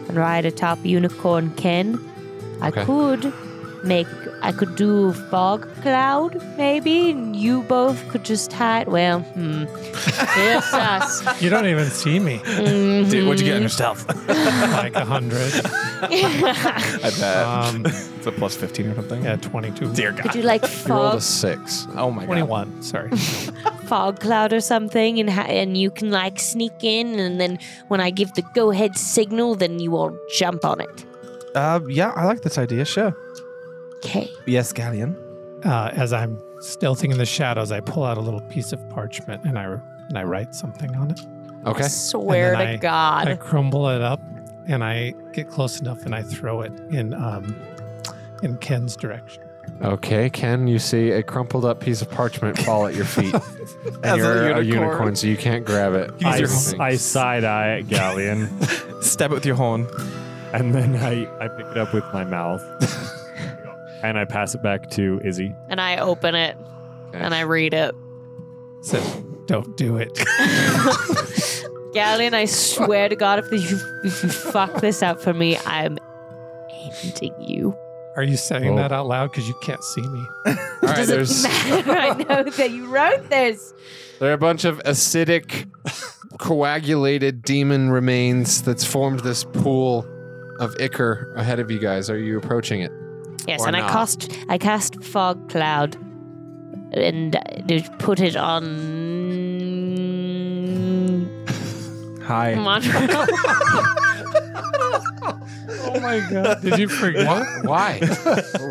S2: and ride atop unicorn Ken. I
S1: Okay.
S2: could make I could do fog cloud maybe and you both could just hide well hmm it's us
S3: You don't even see me.
S6: Dude, what'd you get on your stealth?
S3: like a hundred.
S2: hmm.
S6: I bet
S3: Um,
S6: it's a plus fifteen or something.
S3: yeah, twenty-two.
S6: Dear
S2: could
S6: God.
S2: you like
S1: You rolled a
S2: fog,
S1: six.
S6: Oh my God.
S3: Twenty-one. Sorry.
S2: fog cloud or something and ha- and you can like sneak in and then when I give the go ahead signal then you all jump on it
S6: Uh, yeah, I like this idea. Sure.
S2: Okay.
S6: Yes, Galleon.
S3: Uh, as I'm stealthing in the shadows, I pull out a little piece of parchment and I and I write something on it.
S1: Okay.
S2: Swear
S3: And
S2: to
S3: then I-
S2: God.
S3: I crumble it up and I get close enough and I throw it in um, in Ken's direction.
S1: Okay, Ken, you see a crumpled up piece of parchment fall at your feet. and
S6: As a
S1: you're a unicorn.
S6: unicorn.
S1: so you can't grab it.
S6: Use
S5: I,
S6: your
S5: s- I side eye at Galleon,
S6: Stab it with your horn.
S5: and then I, I pick it up with my mouth, and I pass it back to Izzy.
S2: and I open it and I read it.
S3: So don't do it.
S2: Galleon, I swear to God, if you, if you fuck this up for me, I'm ending you.
S3: Are you saying
S1: Oh.
S3: that out loud? Because you can't see me.
S1: All right,
S2: Does
S1: there's
S2: it matter? I know that you wrote this.
S1: there are a bunch of acidic, coagulated demon remains that's formed this pool of ichor ahead of you guys. Are you approaching it?
S2: Yes,
S1: Or
S2: and
S1: not.
S2: I cast I cast fog cloud, and I just put it on.
S6: Hi.
S2: Montreal.
S3: Oh my god! Did you forget?
S1: What? Why?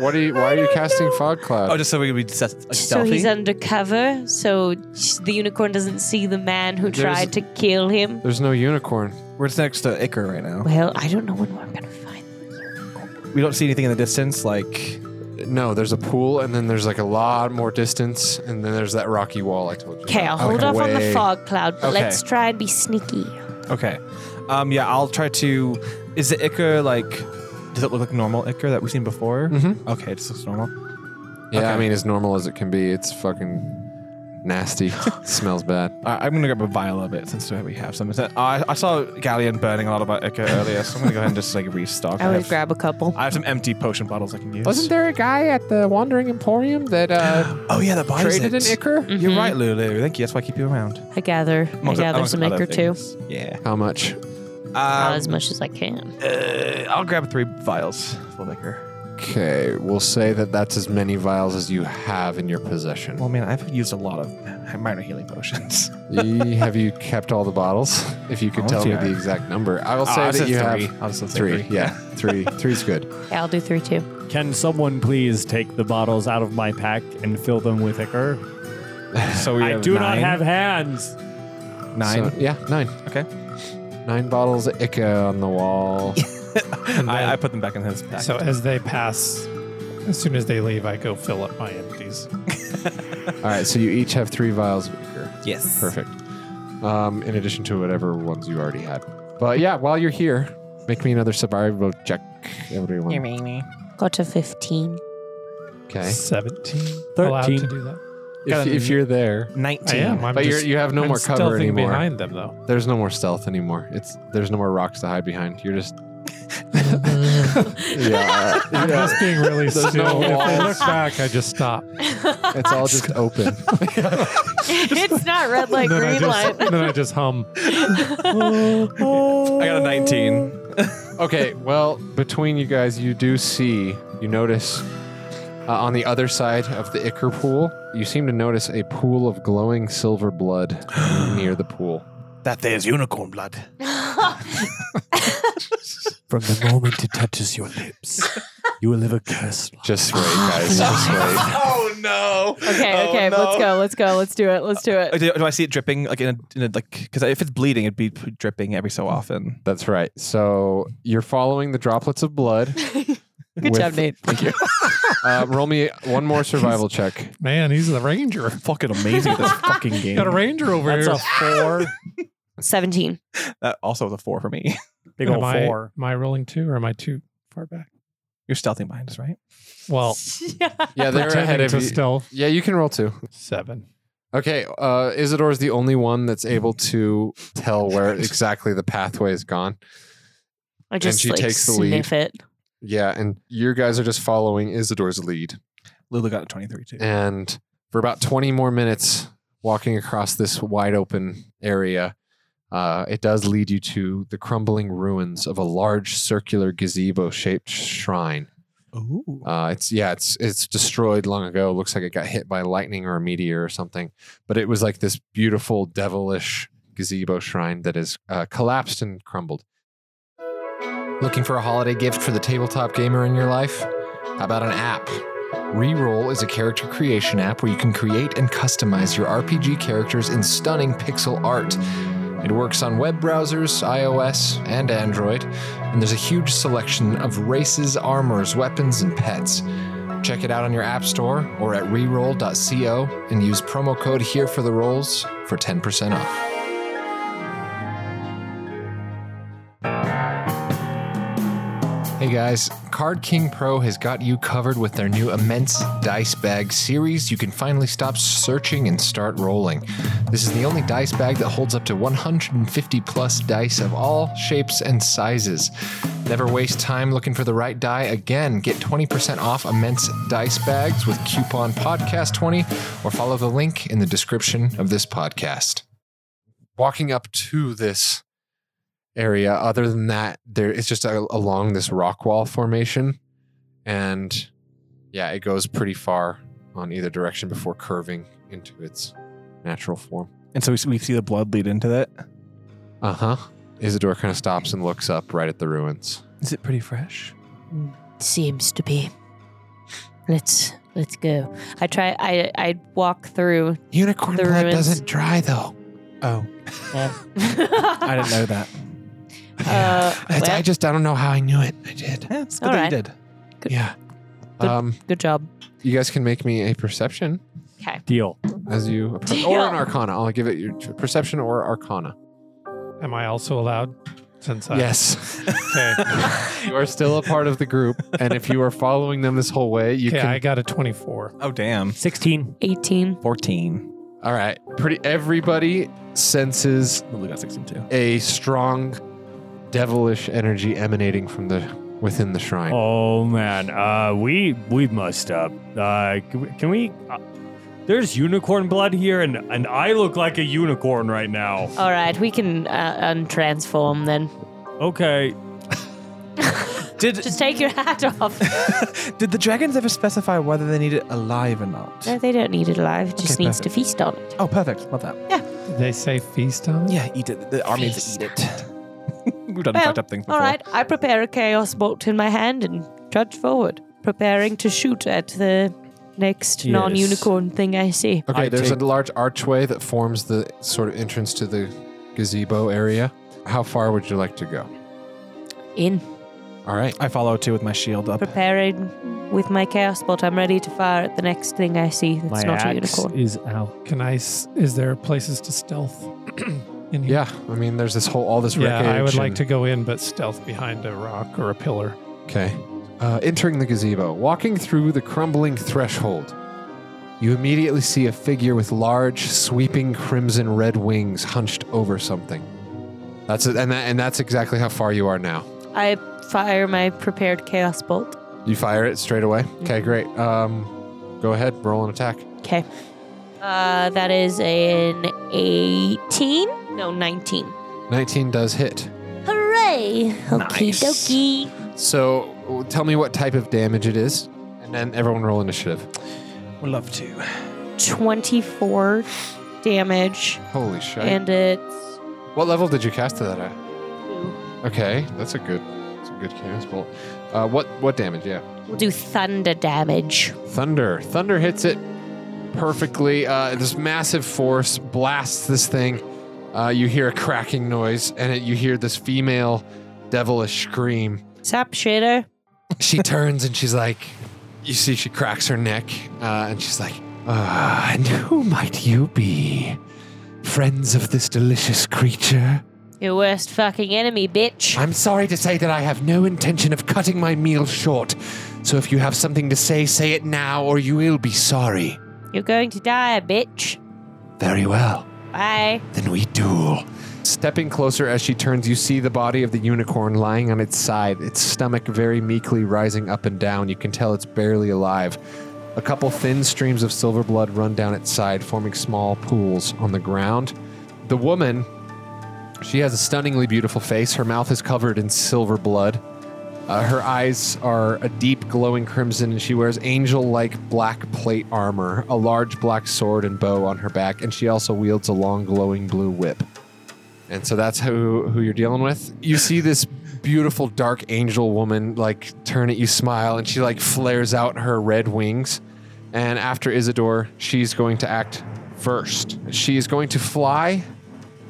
S1: what are you? Why are you casting fog cloud?
S6: Oh, just so we can be stealthy.
S2: so he's undercover, so sh- the unicorn doesn't see the man who
S1: There's-
S2: tried to kill him.
S1: There's no unicorn.
S6: We're just next to Icar right now.
S2: Well, I don't know when I'm gonna find. Them.
S6: We don't see anything in the distance, like
S1: No, there's a pool, and then there's like a lot more distance, and then there's that rocky wall I told you.
S2: Okay, I'll
S1: about.
S2: hold off on the
S1: Way-
S2: fog cloud, but
S6: Okay.
S2: let's try and be sneaky.
S6: okay. Um, yeah, I'll try to. Is the Icar like? Does it look like normal Icar that we've seen before?
S1: Mhm.
S6: Okay, it just looks normal.
S1: Yeah,
S6: Okay.
S1: I mean, as normal as it can be, it's fucking nasty. Smells bad.
S6: Uh, I'm gonna grab a vial of it since we have some. Uh, I, I saw Galleon burning a lot about Icar earlier, so I'm gonna go ahead and just like restock.
S2: I would
S6: have,
S2: grab a couple.
S6: I have some empty potion bottles I can use.
S1: there a guy at the Wandering Emporium that uh,
S6: Oh yeah, that buys it.
S1: ichor?
S2: Mm-hmm.
S6: You're right, Lulu. Thank you. That's why I keep you around.
S2: I gather. I
S6: Amongst-
S2: gather
S6: amongst
S2: some ichor
S6: other
S2: too.
S6: things. Yeah.
S1: How much?
S2: Not
S6: Um,
S2: as much as I can.
S6: uh, I'll grab three vials full of liquor.
S1: Okay, we'll say that that's as many vials as you have in your possession.
S6: Well, man, I've used a lot of minor healing potions.
S1: Ye- have you kept all the bottles? If you could
S6: Oh,
S1: tell
S6: dear.
S1: me the exact number, I will
S6: Ah,
S1: say
S6: I
S1: that
S6: said
S1: you
S6: three.
S1: have
S6: I'll just say
S1: three.
S6: three.
S1: Yeah, three. Three's good.
S2: Yeah, I'll do three too.
S5: Can someone please take the bottles out of my pack and fill them with ichor?
S6: So we
S5: I do not have hands.
S6: nine.
S1: So, yeah, nine.
S6: Okay.
S1: Nine bottles of Ica on the wall.
S6: I, I put them back in his pack.
S3: So as they pass, as soon as they leave, I go fill up my empties.
S1: All right, so you each have three vials of Ica.
S6: yes,
S1: Perfect. Um, in addition to whatever ones you already had. But yeah, while you're here, make me another survival check, everyone.
S2: Got a 15.
S1: Okay.
S3: Seventeen. Allowed to
S5: Thirteen.
S3: do that.
S1: If, if you're there,
S3: I
S6: Nineteen.
S3: am. I'm
S1: but you're,
S3: just-
S1: you have no
S3: I'm
S1: more cover
S3: stealthing
S1: anymore.
S3: behind them though.
S1: There's no more stealth anymore. It's there's no more rocks to hide behind. You're just yeah, uh, yeah.
S3: I'm just being really
S1: There's no
S3: still. if I
S1: walls.
S3: look back, I just stop.
S1: It's all just open.
S2: it's not red light,
S3: then I
S2: green
S3: just,
S2: light.
S3: then I just hum.
S6: I got a nineteen.
S1: Okay, well, between you guys, you do see, you notice uh, on the other side of the Icker pool, you seem to notice a pool of glowing silver blood near the pool.
S6: That there's unicorn blood.
S5: From the moment it touches your lips, you will live a curse.
S1: Just wait, guys. just wait.
S6: Oh no. Uh,
S2: Okay, okay, let's go, let's go, let's do it, let's do it.
S6: Do, do I see it dripping like in a, in a like? Because if it's bleeding, it'd be p- dripping every so often.
S1: That's right. So you're following the droplets of blood.
S2: Good job, Nate.
S1: Thank you. Uh, roll me one more survival check.
S3: Man, he's the ranger.
S6: Fucking amazing at this fucking game.
S3: Got a ranger over
S5: That's
S3: here.
S5: a four.
S2: 17.
S6: That also was a four for me.
S5: Big
S3: am
S5: old
S3: I,
S5: four.
S3: Am I rolling two or am I too far back?
S6: You're stealthing behind us, right?
S3: Well,
S1: Yeah, they're ahead
S3: pretending
S1: of
S3: to
S1: you.
S3: stealth
S1: yeah, you can roll too.
S3: seven.
S1: Okay, uh, Isidore is the only one that's able to tell where exactly the pathway is gone.
S2: I just
S1: she
S2: like
S1: takes the lead.
S2: sniff it.
S1: Yeah, and you guys are just following Isidore's lead.
S6: Lulu got a twenty-three too.
S1: And for about 20 more minutes, walking across this wide open area, uh, it does lead you to the crumbling ruins of a large circular gazebo shaped shrine.
S6: Ooh.
S1: Uh, it's yeah, it's it's destroyed long ago. Looks like it got hit by lightning or a meteor or something. But it was like this beautiful, devilish gazebo shrine that is uh, collapsed and crumbled. Looking for a holiday gift for the tabletop gamer in your life? How about an app? Reroll is a character creation app where you can create and customize your RPG characters in stunning pixel art. It works on web browsers, iOS, and Android, and there's a huge selection of races, armors, weapons, and pets. Check it out on your app store or at reroll.co and use promo code here for the rolls for 10% off. Hey guys, Card King Pro has got you covered with their new immense dice bag series. You can finally stop searching and start rolling. This is the only dice bag that holds up to 150 plus dice of all shapes and sizes. Never waste time looking for the right die again. Get 20% off immense dice bags with coupon podcast20 or follow the link in the description of this podcast. Walking up to this area. Other than that, there it's just a, along this rock wall formation, and yeah, it goes pretty far on either direction before curving into its natural form.
S6: And so we, we see the blood lead into that.
S1: Uh huh. Isidore kind of stops and looks up right at the ruins.
S6: Is it pretty fresh?
S2: Seems to be. Let's let's go. I try. I I walk through.
S1: Unicorn
S2: The
S1: blood
S2: ruins.
S1: doesn't dry though.
S6: Oh, I didn't know that.
S2: Uh,
S1: That's-
S2: well,
S1: I just I don't know how I knew it. I did.
S6: Yeah, it's
S2: good All that you right.
S6: did.
S2: Good.
S1: Yeah.
S2: Good.
S1: Um,
S2: good job.
S1: you guys can make me a perception
S5: Deal.
S1: as you approach, or an arcana. I'll give it your perception or arcana.
S8: Am I also allowed? Since I,
S1: Yes.
S8: Okay.
S1: you are still a part of the group, and if you are following them this whole way, you
S8: okay,
S1: can.
S8: I got a 24.
S6: Oh, damn.
S5: 16.
S2: Eighteen.
S6: 14.
S1: All right, pretty everybody senses
S6: Lily got 16 too.
S1: a strong, devilish energy emanating from the within the shrine.
S5: Oh man, uh, we we must up. Uh, can we? Can we uh, there's unicorn blood here, and and I look like a unicorn right now.
S2: All right, we can uh, untransform then.
S5: Okay,
S6: Did
S2: Just take your hat off.
S6: did the dragons ever specify whether they need it alive or not?
S2: no, they don't need it alive. It just
S6: Okay,
S2: needs
S6: perfect.
S2: to feast on it.
S6: Oh, perfect. Love that.
S8: Did they say feast on it?
S6: Yeah, eat it. The army needs to eat it. We've done
S2: Well,
S6: fucked up things before.
S2: All right, I prepare a chaos bolt in my hand and trudge forward, preparing to shoot at the next
S5: Yes.
S2: non-unicorn thing I see.
S1: okay,
S5: I
S1: there's
S5: take-
S1: a large archway that forms the sort of entrance to the gazebo area. How far would you like to go?
S2: In
S1: All right,
S6: I follow too with my shield up.
S2: preparing with my chaos bolt, I'm ready to fire at the next thing I see that's
S5: my
S2: not a
S5: axe
S2: unicorn.
S5: is out.
S8: Can I? s- Is there places to stealth in here?
S1: yeah. I mean, there's this whole all this.
S8: Yeah, I
S1: wreckage
S8: would like
S1: and-
S8: to go in, but stealth behind a rock or a pillar.
S1: Okay. Uh, entering the gazebo, walking through the crumbling threshold, you immediately see a figure with large, sweeping crimson red wings hunched over something. That's it, and that, and that's exactly how far you are now.
S2: I fire my prepared chaos bolt.
S1: You fire it straight away.
S8: Mm-hmm.
S1: Okay, great. Um, go ahead, roll an attack.
S2: Okay. Uh, that is an 18? No, 19.
S1: 19 does hit.
S2: Hooray! Okie
S6: Nice.
S2: dokie.
S1: So w- tell me what type of damage it is, and then everyone roll initiative.
S6: Would love to.
S2: 24 damage,
S1: Holy shit!
S2: and it's
S1: what level did you cast that at? Okay, that's a good, that's a good cast bolt. Uh, what what damage? Yeah.
S2: we'll do thunder damage.
S1: Thunder. Thunder hits it perfectly. Uh, this massive force blasts this thing. Uh, you hear a cracking noise, and it, you hear this female devilish scream.
S2: Sap shader.
S1: She turns and she's like, you see, she cracks her neck, uh, and she's like, "Ah, and who might you be? Friends of this delicious creature?
S2: Your worst fucking enemy, bitch.
S1: I'm sorry to say that I have no intention of cutting my meal short. So if you have something to say, say it now, or you will be sorry.
S2: You're going to die, bitch.
S1: Very well.
S2: Bye.
S1: Then we duel. Stepping closer as she turns, you see the body of the unicorn lying on its side, its stomach very meekly rising up and down. You can tell it's barely alive. A couple thin streams of silver blood run down its side, forming small pools on the ground. The woman, she has a stunningly beautiful face. Her mouth is covered in silver blood. Uh, her eyes are a deep glowing crimson, and she wears angel like black plate armor, a large black sword and bow on her back, and she also wields a long glowing blue whip. And so that's who, who you're dealing with. You see this beautiful dark angel woman like turn at you smile and she like flares out her red wings and after isidore she's going to act first she is going to fly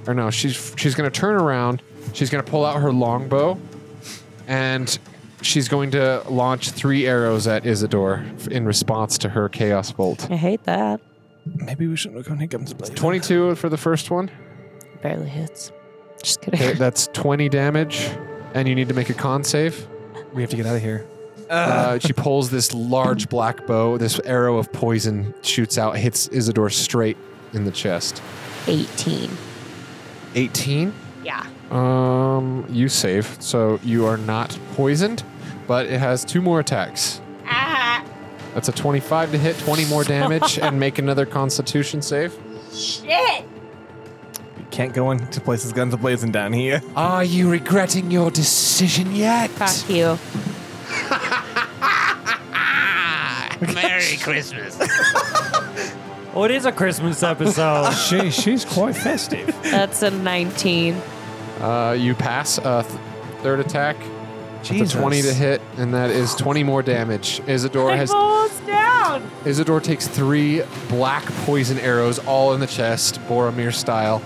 S1: or no she's she's going to turn around she's going to pull out her longbow and she's going to launch three arrows at isidore in response to her chaos bolt
S2: I hate that.
S6: Maybe we shouldn't have gone Higgins Blade.
S1: 22 for the first one
S2: Barely hits. Just
S1: Okay,
S2: kidding.
S1: that's 20 damage, and you need to make a con save.
S6: We have to get out of here.
S1: Uh, she pulls this large black bow. This arrow of poison shoots out, hits Isidore straight in the chest.
S2: 18.
S1: 18.
S2: Yeah.
S1: Um, you save, so you are not poisoned, but it has two more attacks.
S2: Ah,
S1: That's a 25 to hit, 20 more damage, and make another Constitution save.
S2: shit.
S6: You can't go into places guns blazing down here.
S1: Are you regretting your decision yet?
S2: Fuck you.
S4: Merry Christmas.
S5: Oh, it is a Christmas episode.
S3: She, she's quite festive.
S2: That's a 19.
S1: Uh, you pass uh, th- third attack. That's a 20 to hit, and that is 20 more damage. Isidore has
S2: Balls down.
S1: Isidore takes three black poison arrows, all in the chest, Boromir style.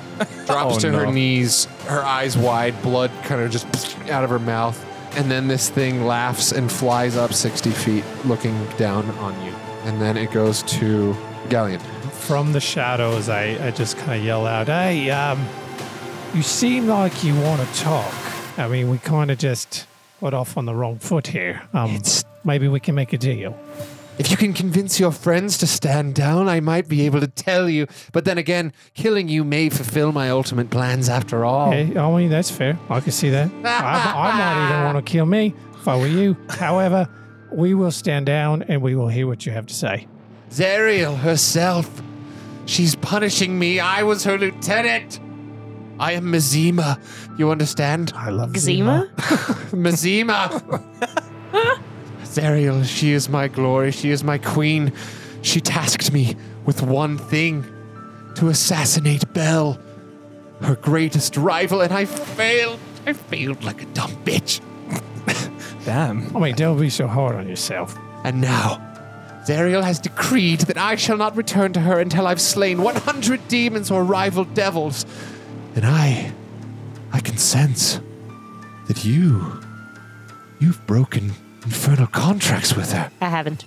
S1: Drops
S6: Oh,
S1: to her
S6: no.
S1: knees, her eyes wide, blood kind of just out of her mouth, and then this thing laughs and flies up 60 feet, looking down on you. And then it goes to Galleon.
S3: From the shadows, I, I just kind of yell out, Hey, um, you seem like you want to talk. I mean, we kind of just got off on the wrong foot here. Um, maybe we can make a deal.
S1: If you can convince your friends to stand down, I might be able to tell you. But then again, killing you may fulfill my ultimate plans after all.
S3: Hey, I mean, that's fair. I can see that. I, I might even want to kill me if I were you. However, we will stand down and we will hear what you have to say.
S1: Zeriel herself. She's punishing me. I was her lieutenant. I am Mazima. You understand?
S3: I love
S2: Eczema?
S1: Mazima. Zeriel, she is my glory. She is my queen. She tasked me with one thing to assassinate Bell, her greatest rival, and I failed. I failed like a dumb bitch.
S6: Damn.
S3: I mean, don't be so hard on yourself.
S1: And now, Zeriel has decreed that I shall not return to her until I've slain 100 demons or rival devils. And I. I can sense that you. You've broken infernal contracts with her.
S2: I haven't.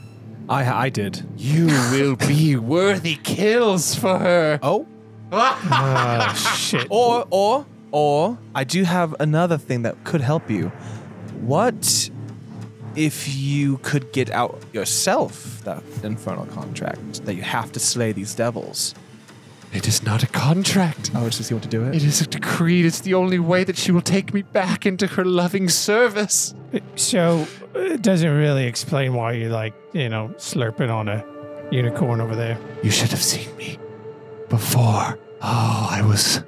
S6: I I did.
S1: You will be worthy kills for her.
S6: Oh.
S3: Oh, shit.
S6: Or or or I do have another thing that could help you. What if you could get out yourself that infernal contract that you have to slay these devils?
S1: It is not a contract.
S6: Oh, it's just you want to do
S1: It is a decree. It's the only way that she will take me back into her loving service.
S3: So it doesn't really explain why you like, you know, slurping on a unicorn over there.
S1: You should have seen me before. Oh, I was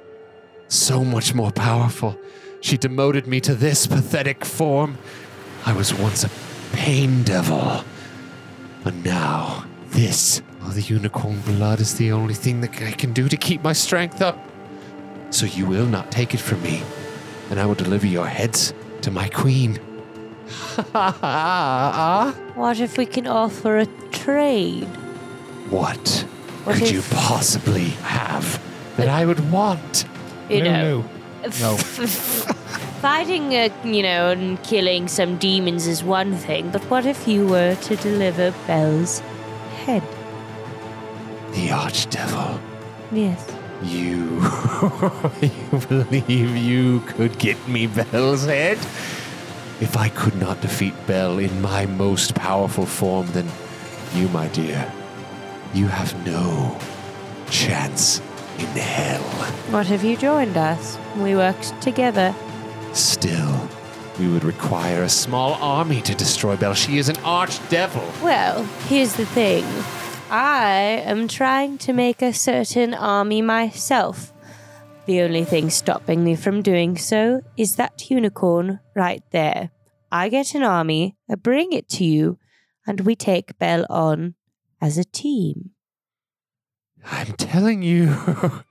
S1: so much more powerful. She demoted me to this pathetic form. I was once a pain devil. But now, this. Oh, the unicorn blood is the only thing that I can do to keep my strength up. So you will not take it from me, and I will deliver your heads to my queen.
S2: What if we can offer a trade?
S1: What,
S2: What
S1: could
S2: if-
S1: you possibly have that I would want?
S2: You
S3: No,
S2: know,
S3: no.
S2: fighting, uh, you know, and killing some demons is one thing, but what if you were to deliver Belle's head?
S1: The Archdevil.
S2: Yes.
S1: You. you believe you could get me Bell's head? If I could not defeat Bell in my most powerful form, then you, my dear, you have no chance in hell.
S2: What if you joined us? We worked together.
S1: Still, we would require a small army to destroy Bell. She is an archdevil.
S2: Well, here's the thing. I am trying to make a certain army myself. The only thing stopping me from doing so is that unicorn right there. I get an army, I bring it to you, and we take Bell on as a team.
S1: I'm telling you,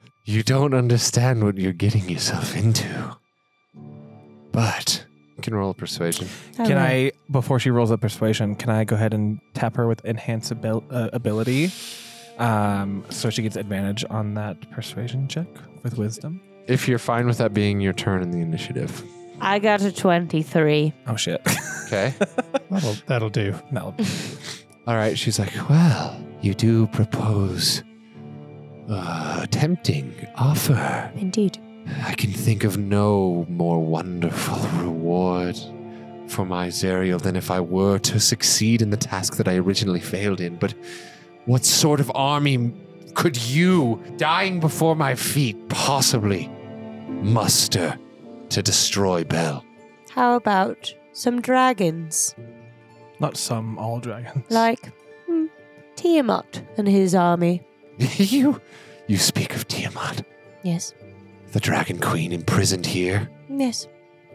S1: you don't understand what you're getting yourself into. But can roll a persuasion.
S2: Oh.
S6: Can I, before she rolls up persuasion, can I go ahead and tap her with enhance abil- uh, ability, um, so she gets advantage on that persuasion check with wisdom?
S1: If you're fine with that being your turn in the initiative.
S2: I got a 23.
S6: Oh shit!
S1: Okay.
S3: That'll, that'll do.
S6: no.
S1: All right. She's like, well, you do propose a tempting offer.
S2: Indeed.
S1: I can think of no more wonderful reward for my Zerial than if I were to succeed in the task that I originally failed in. But what sort of army could you, dying before my feet, possibly muster to destroy Bell?
S2: How about some dragons?
S6: Not some all dragons.
S2: Like hmm, Tiamat and his army.
S1: you, you speak of Tiamat,
S2: Yes.
S1: the Dragon Queen imprisoned here.
S2: Yes.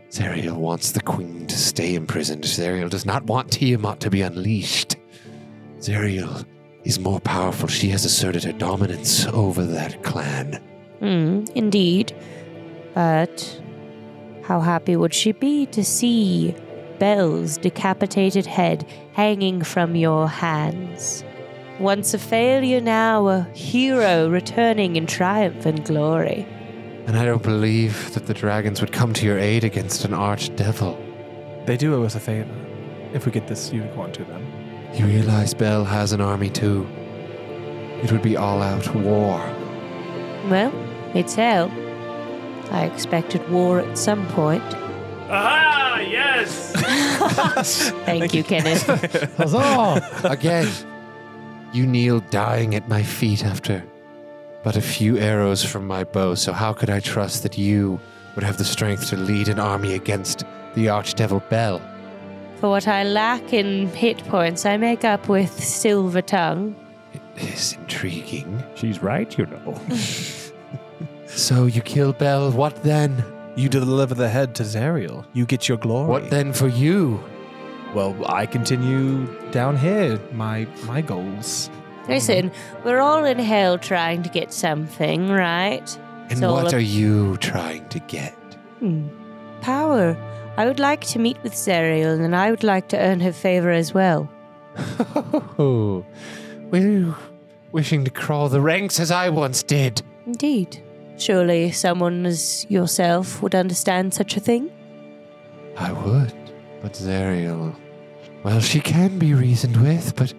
S1: Zerial wants the queen to stay imprisoned. Zerial does not want Tiamat to be unleashed. Zerial is more powerful. She has asserted her dominance over that clan.
S2: Mm, indeed. But how happy would she be to see Belle's decapitated head hanging from your hands? Once a failure, now a hero returning in triumph and glory.
S1: And I don't believe that the dragons would come to your aid against an archdevil.
S6: They do us a favor if we get this unicorn to them.
S1: You realize Bell has an army too. It would be all out war.
S2: Well, it's hell. I expected war at some point.
S5: Aha! Yes.
S2: Thank you, Kenneth.
S3: Huzzah!
S1: Again, you kneel dying at my feet after but a few arrows from my bow, so how could I trust that you would have the strength to lead an army against the Archdevil Bell?
S2: For what I lack in hit points, I make up with Silver Tongue.
S1: It's intriguing.
S5: She's right, you know.
S1: So you kill Bell, what then?
S6: You deliver the head to Zariel. You get your glory.
S1: What then for you?
S6: Well, I continue down here. My my goals.
S2: Listen, we're all in hell trying to get something, right?
S1: And
S2: So
S1: what
S2: I'll-
S1: are you trying to get?
S2: Hmm. Power. I would like to meet with Zeriel, and I would like to earn her favor as well.
S1: Oh, were you wishing to crawl the ranks as I once did?
S2: Indeed. Surely someone as yourself would understand such a thing?
S1: I would, but Zeriel. Well, she can be reasoned with, but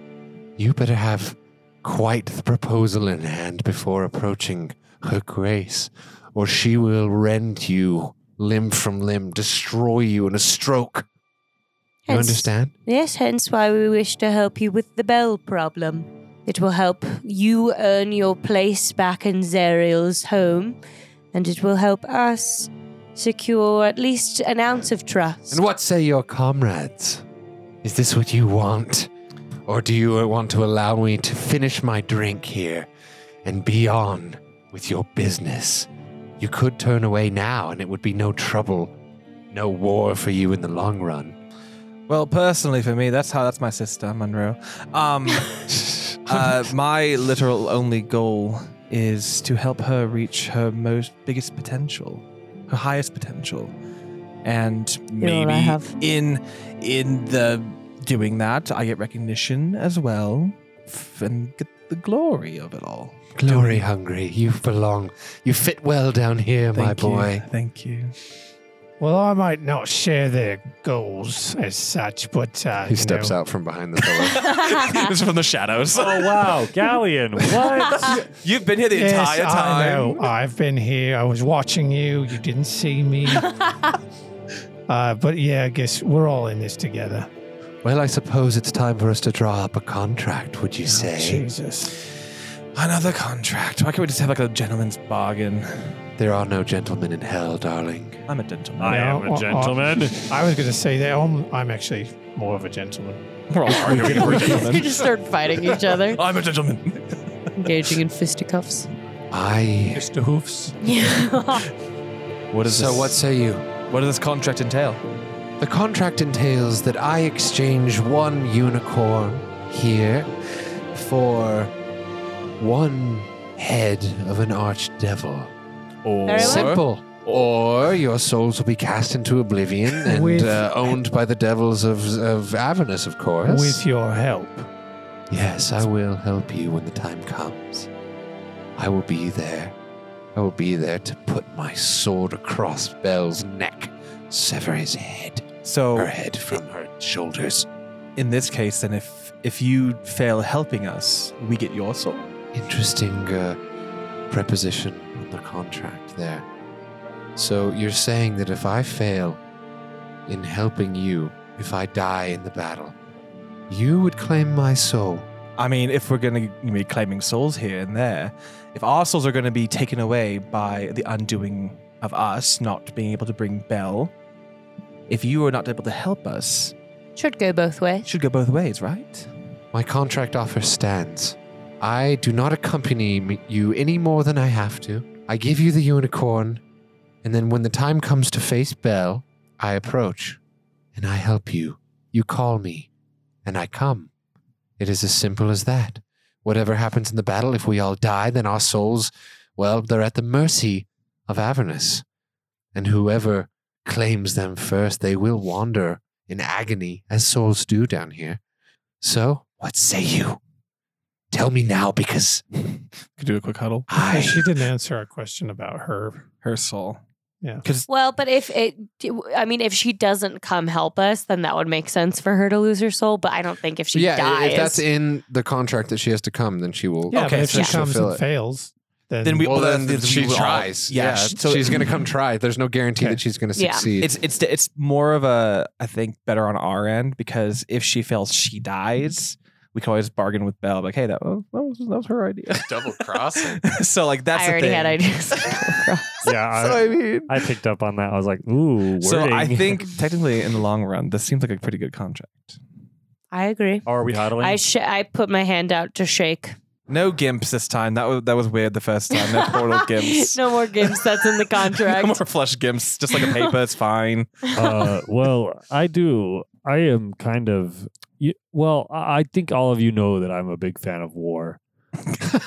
S1: you better have quite the proposal in hand before approaching her grace, or she will rend you limb from limb, destroy you in a stroke. You
S2: Yes.
S1: understand?
S2: Yes, hence why we wish to help you with the bell problem. It will help you earn your place back in Zeriel's home, and it will help us secure at least an ounce of trust.
S1: And what say your comrades? Is this what you want? Or do you want to allow me to finish my drink here and be on with your business? You could turn away now and it would be no trouble, no war for you in the long run.
S6: Well, personally, for me, that's how that's my sister, Monroe. Um, uh, my literal only goal is to help her reach her most biggest potential, her highest potential, and
S2: all I
S6: maybe
S2: have.
S6: in in the doing that, I get recognition as well, f- and get the glory of it all.
S1: Glory hungry, you belong. You fit well down here, my
S6: Thank you.
S1: boy.
S6: Thank you.
S3: Well, I might not share their goals as such, but uh, you know,
S1: out from behind the pillow.
S6: it's from the shadows.
S5: oh wow, Galleon. What?
S6: You've been here the
S3: Yes,
S6: entire
S3: I
S6: time.
S3: know. I've been here. I was watching you. You didn't see me. uh, but yeah, I guess we're all in this together.
S1: well, I suppose it's time for us to draw up a contract, would you say?
S3: Jesus.
S6: Another contract. Why can't we just have like a gentleman's bargain?
S1: There are no gentlemen in hell, darling.
S6: I'm a gentleman.
S5: I
S3: No,
S5: am a
S3: uh, uh,
S5: gentleman.
S3: I was going to say that I'm, I'm actually more of a gentleman.
S6: We're all arguing for a
S2: you
S6: gentleman.
S2: just start fighting each other,
S6: I'm a gentleman.
S2: engaging in fisticuffs.
S1: I.
S8: Mr. Hoofs.
S6: What
S1: So, what say you?
S6: what does this contract entail?
S1: The contract entails that I exchange one unicorn here for one head of an archdevil.
S5: Or
S2: Very well.
S5: Oh,
S1: Simple. Or your souls will be cast into oblivion and
S3: With-
S1: uh, owned by the devils of, of Avernus, of course.
S3: With your help.
S1: Yes, I will help you when the time comes. I will be there. I will be there to put my sword across Belle's neck, sever his head, her
S6: So
S1: head from her shoulders.
S6: in this case, then if if you fail helping us, we get your soul.
S1: Interesting uh, preposition on the contract there. So you're saying that if I fail in helping you, if I die in the battle, you would claim my soul.
S6: I mean, if we're going to be claiming souls here and there, if our souls are going to be taken away by the undoing of us not being able to bring Bell, if you are not able to help us,
S2: Should go both
S6: it
S2: ways.
S6: should go both ways, right?
S1: My contract offer stands. I do not accompany m- you any more than I have to. I give you the unicorn, and then when the time comes to face Bell, I approach and I help you. You call me, and I come. It is as simple as that. Whatever happens in the battle, if we all die, then our souls, well, they're at the mercy of Avernus. And whoever claims them first, they will wander in agony, as souls do down here. So, what say you? Tell me now because
S8: Could do a quick huddle.
S3: But
S1: I.
S3: she didn't answer our question about her.
S6: Her soul.
S2: Well, but if it, I mean, if she doesn't come help us, then that would make sense for her to lose her soul. But I don't think if she
S1: yeah, i-
S2: dies,
S1: if that's in the contract that she has to come, then she will.
S3: Yeah,
S6: Okay,
S3: but if
S6: so
S3: she
S1: she'll
S3: comes
S1: fill
S3: and
S1: it.
S3: fails, then,
S6: Then we-
S1: Well,
S6: Well,
S1: then
S6: then
S1: she
S6: we will all-
S1: tries.
S6: yeah,
S1: yeah,
S6: so-
S1: she's going to come try. There's no guarantee that she's going to
S2: Yeah.
S1: succeed.
S6: It's it's it's more of a I think better on our end because if she fails, she dies. We can always bargain with Bell, like, hey, that was that was, that was her idea.
S1: double crossing.
S6: so like that's
S2: I
S6: the
S2: already
S6: thing.
S2: had ideas.
S5: Yeah,
S6: So
S5: I,
S6: I mean,
S5: I picked up on that. I was like, ooh, wording.
S6: so I think technically in the long run, this seems like a pretty good contract.
S2: I agree.
S5: Are we huddling?
S2: I sh- I put my hand out to shake.
S6: No gimps this time. That was that was weird the first time. No portal gimps.
S2: no more gimps. That's in the contract.
S6: no more flush gimps. Just like a paper, it's fine.
S5: uh, well, I do. I am kind of. y- Well, I I think all of you know that I'm a big fan of war,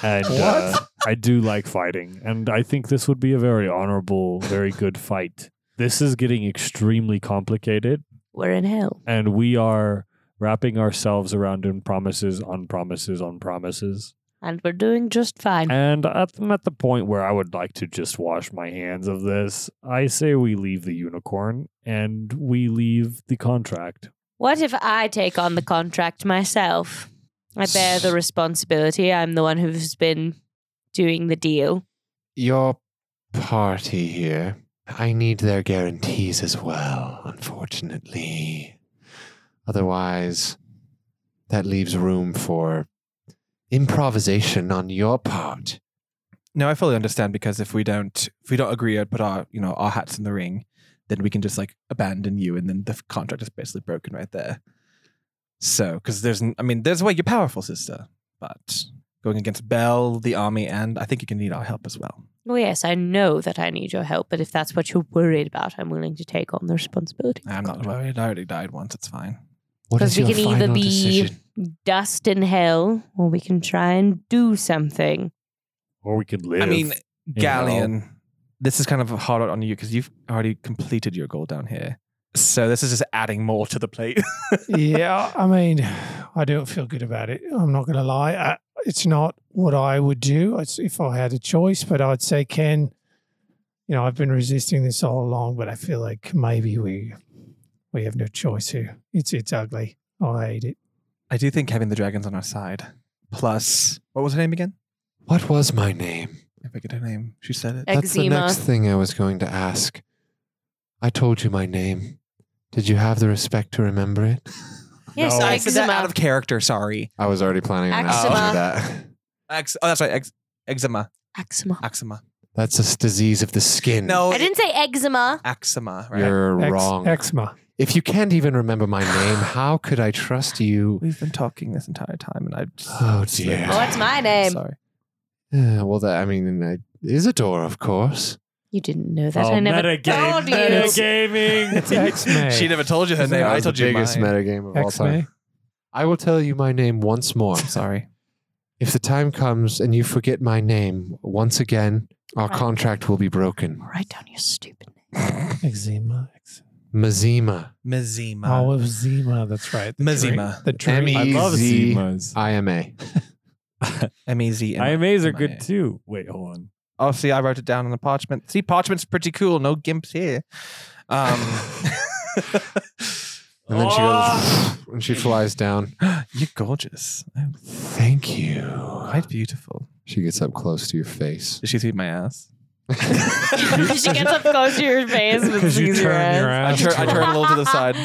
S5: and Uh, I do like fighting, and I think this would be a very honorable, very good fight. This is getting extremely complicated,
S2: We're in hell.
S5: and we are wrapping ourselves around in promises on promises on promises.
S2: And we're doing just fine.
S5: And at- I'm at the point where I would like to just wash my hands of this. I say we leave the unicorn and we leave the contract.
S2: What if I take on the contract myself? I bear the responsibility. I'm the one who's been doing the deal.
S1: Your party here. I need their guarantees as well, unfortunately. Otherwise, that leaves room for improvisation on your part.
S6: No, I fully understand because if we don't if we don't agree or put our you know our hats in the ring, then we can just like abandon you, and then the contract is basically broken right there. So because there's n- I mean there's a way you're powerful, sister, but going against Bell, the army, and I think you can need our help as well.
S2: Well, yes, I know that I need your help, but if that's what you're worried about, I'm willing to take on the responsibility.
S6: I'm not worried. I already died once. It's fine.
S1: What is
S2: Because we
S1: your
S2: can either
S1: final
S2: be-
S1: decision?
S2: Dust in hell, or we can try and do something.
S5: Or we could live.
S6: I mean,
S5: know.
S6: Galleon, this is kind of hard on you because you've already completed your goal down here. So this is just adding more to the plate.
S3: yeah, I mean, I don't feel good about it. I'm not going to lie. I, it's not what I would do it's- if I had a choice, but I'd say, Ken, you know, I've been resisting this all along, but I feel like maybe we we have no choice here. It's it's ugly. I hate it.
S6: I do think having the dragons on our side, plus what was her name again?
S1: What was my name?
S6: I forget her name. She said it.
S1: That's the
S2: Eczema.
S1: next thing I was going to ask. I told you my name. Did you have the respect to remember it?
S2: Yes,
S5: No.
S6: I said that
S2: Oh. eczema.
S6: out of character. Sorry.
S1: I was already planning on asking
S2: Eczema.
S1: you that.
S6: Ex- oh, that's right. Ex- eczema.
S2: eczema.
S6: Eczema.
S1: That's a s- disease of the skin.
S6: No,
S2: I didn't say eczema.
S6: eczema. Right.
S1: Mm. You're
S3: Ex-
S1: wrong.
S3: Eczema.
S1: if you can't even remember my name, how could I trust you?
S6: We've been talking this entire time, and I. Just,
S1: Oh, dear.
S2: Oh, it's my name.
S6: Sorry.
S1: Uh, well, that I mean, I, Isidore, of course.
S2: You didn't know that. I
S5: Oh,
S2: never
S5: metagame-
S2: told you.
S5: Metagaming.
S3: It's X-May.
S6: She never told you her
S1: That
S6: name. I
S1: was the
S6: told you
S1: biggest
S6: mine.
S1: metagame of all time.
S3: Eczema.
S1: I will tell you my name once more.
S6: Sorry.
S1: If the time comes and you forget my name once again, Our contract will be broken.
S2: Write down your stupid name.
S8: Eczema. ex-
S1: Mazima.
S6: Mazima.
S8: Oh, it was Zima. That's right. The
S6: Mazima.
S8: drink- The drink.
S1: M-E-
S5: I love
S1: Easy.
S5: Zimas.
S1: IMA.
S6: M-E-Z-M-A.
S5: IMAs are good too. Wait, hold on.
S6: Oh, see, I wrote it down on the parchment. See, parchment's pretty cool. No gimps here. Um,
S1: And then she goes, and she flies down.
S6: you're gorgeous.
S1: Thank you.
S6: Quite beautiful.
S1: She gets up close to your face.
S6: Did she see my ass?
S2: she gets up close to your face and
S8: Because you
S2: sees
S8: turn
S2: your
S8: your
S2: ass.
S6: I,
S8: ass.
S6: tur- I turn a little to the side.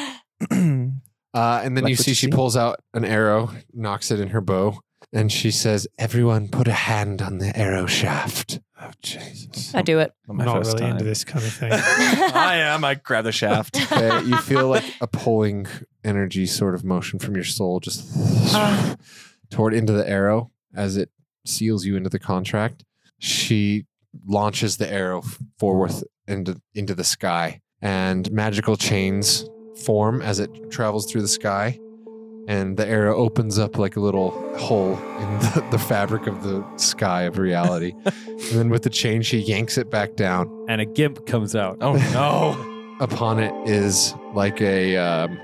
S1: Uh, and then
S6: Like
S1: you
S6: what
S1: see
S6: you
S1: she
S6: see?
S1: pulls out an arrow, knocks it in her bow, and she says, Everyone put a hand on the arrow shaft.
S8: Oh, Jesus.
S2: I do it.
S6: Not
S8: I'm
S6: my
S8: not
S6: first
S8: really
S6: time.
S8: into this kind of thing.
S6: I am. I grab the shaft.
S1: Okay, you feel like a pulling energy sort of motion from your soul just toward into the arrow as it seals you into the contract. She launches the arrow f- forth into into the sky, and magical chains form as it travels through the sky. And the arrow opens up like a little hole in the, the fabric of the sky of reality. and then with the chain, she yanks it back down
S5: And a gimp comes out.
S6: Oh no!
S1: upon it is like a um,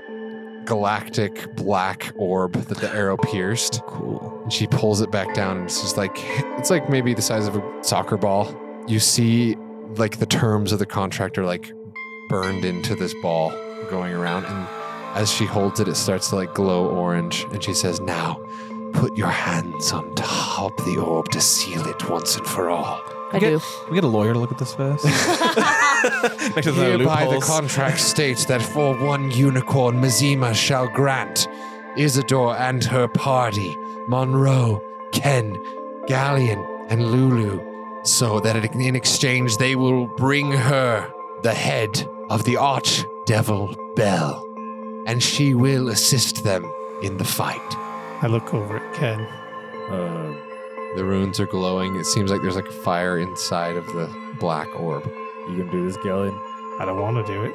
S1: galactic black orb that the arrow pierced.
S6: Cool.
S1: And she pulls it back down, and it's just like it's like maybe the size of a soccer ball. You see, like the terms of the contract are like burned into this ball going around, and as she holds it, it starts to like glow orange. And she says, "Now, put your hands on top the orb to seal it once and for all."
S2: I do.
S6: Can we get a lawyer to look at this first. Make sure there's no
S1: Hereby the
S6: loopholes.
S1: contract states that for one unicorn, Mazima shall grant Isidore and her party, Monroe, Ken, Galleon, and Lulu, so that it- in exchange they will bring her the head of the arch devil Bell, and she will assist them in the fight.
S8: I look over at Ken.
S5: Uh,
S1: The runes are glowing. It seems like there's like fire inside of the black orb.
S5: you gonna do this, Galleon?
S8: I don't want to do it.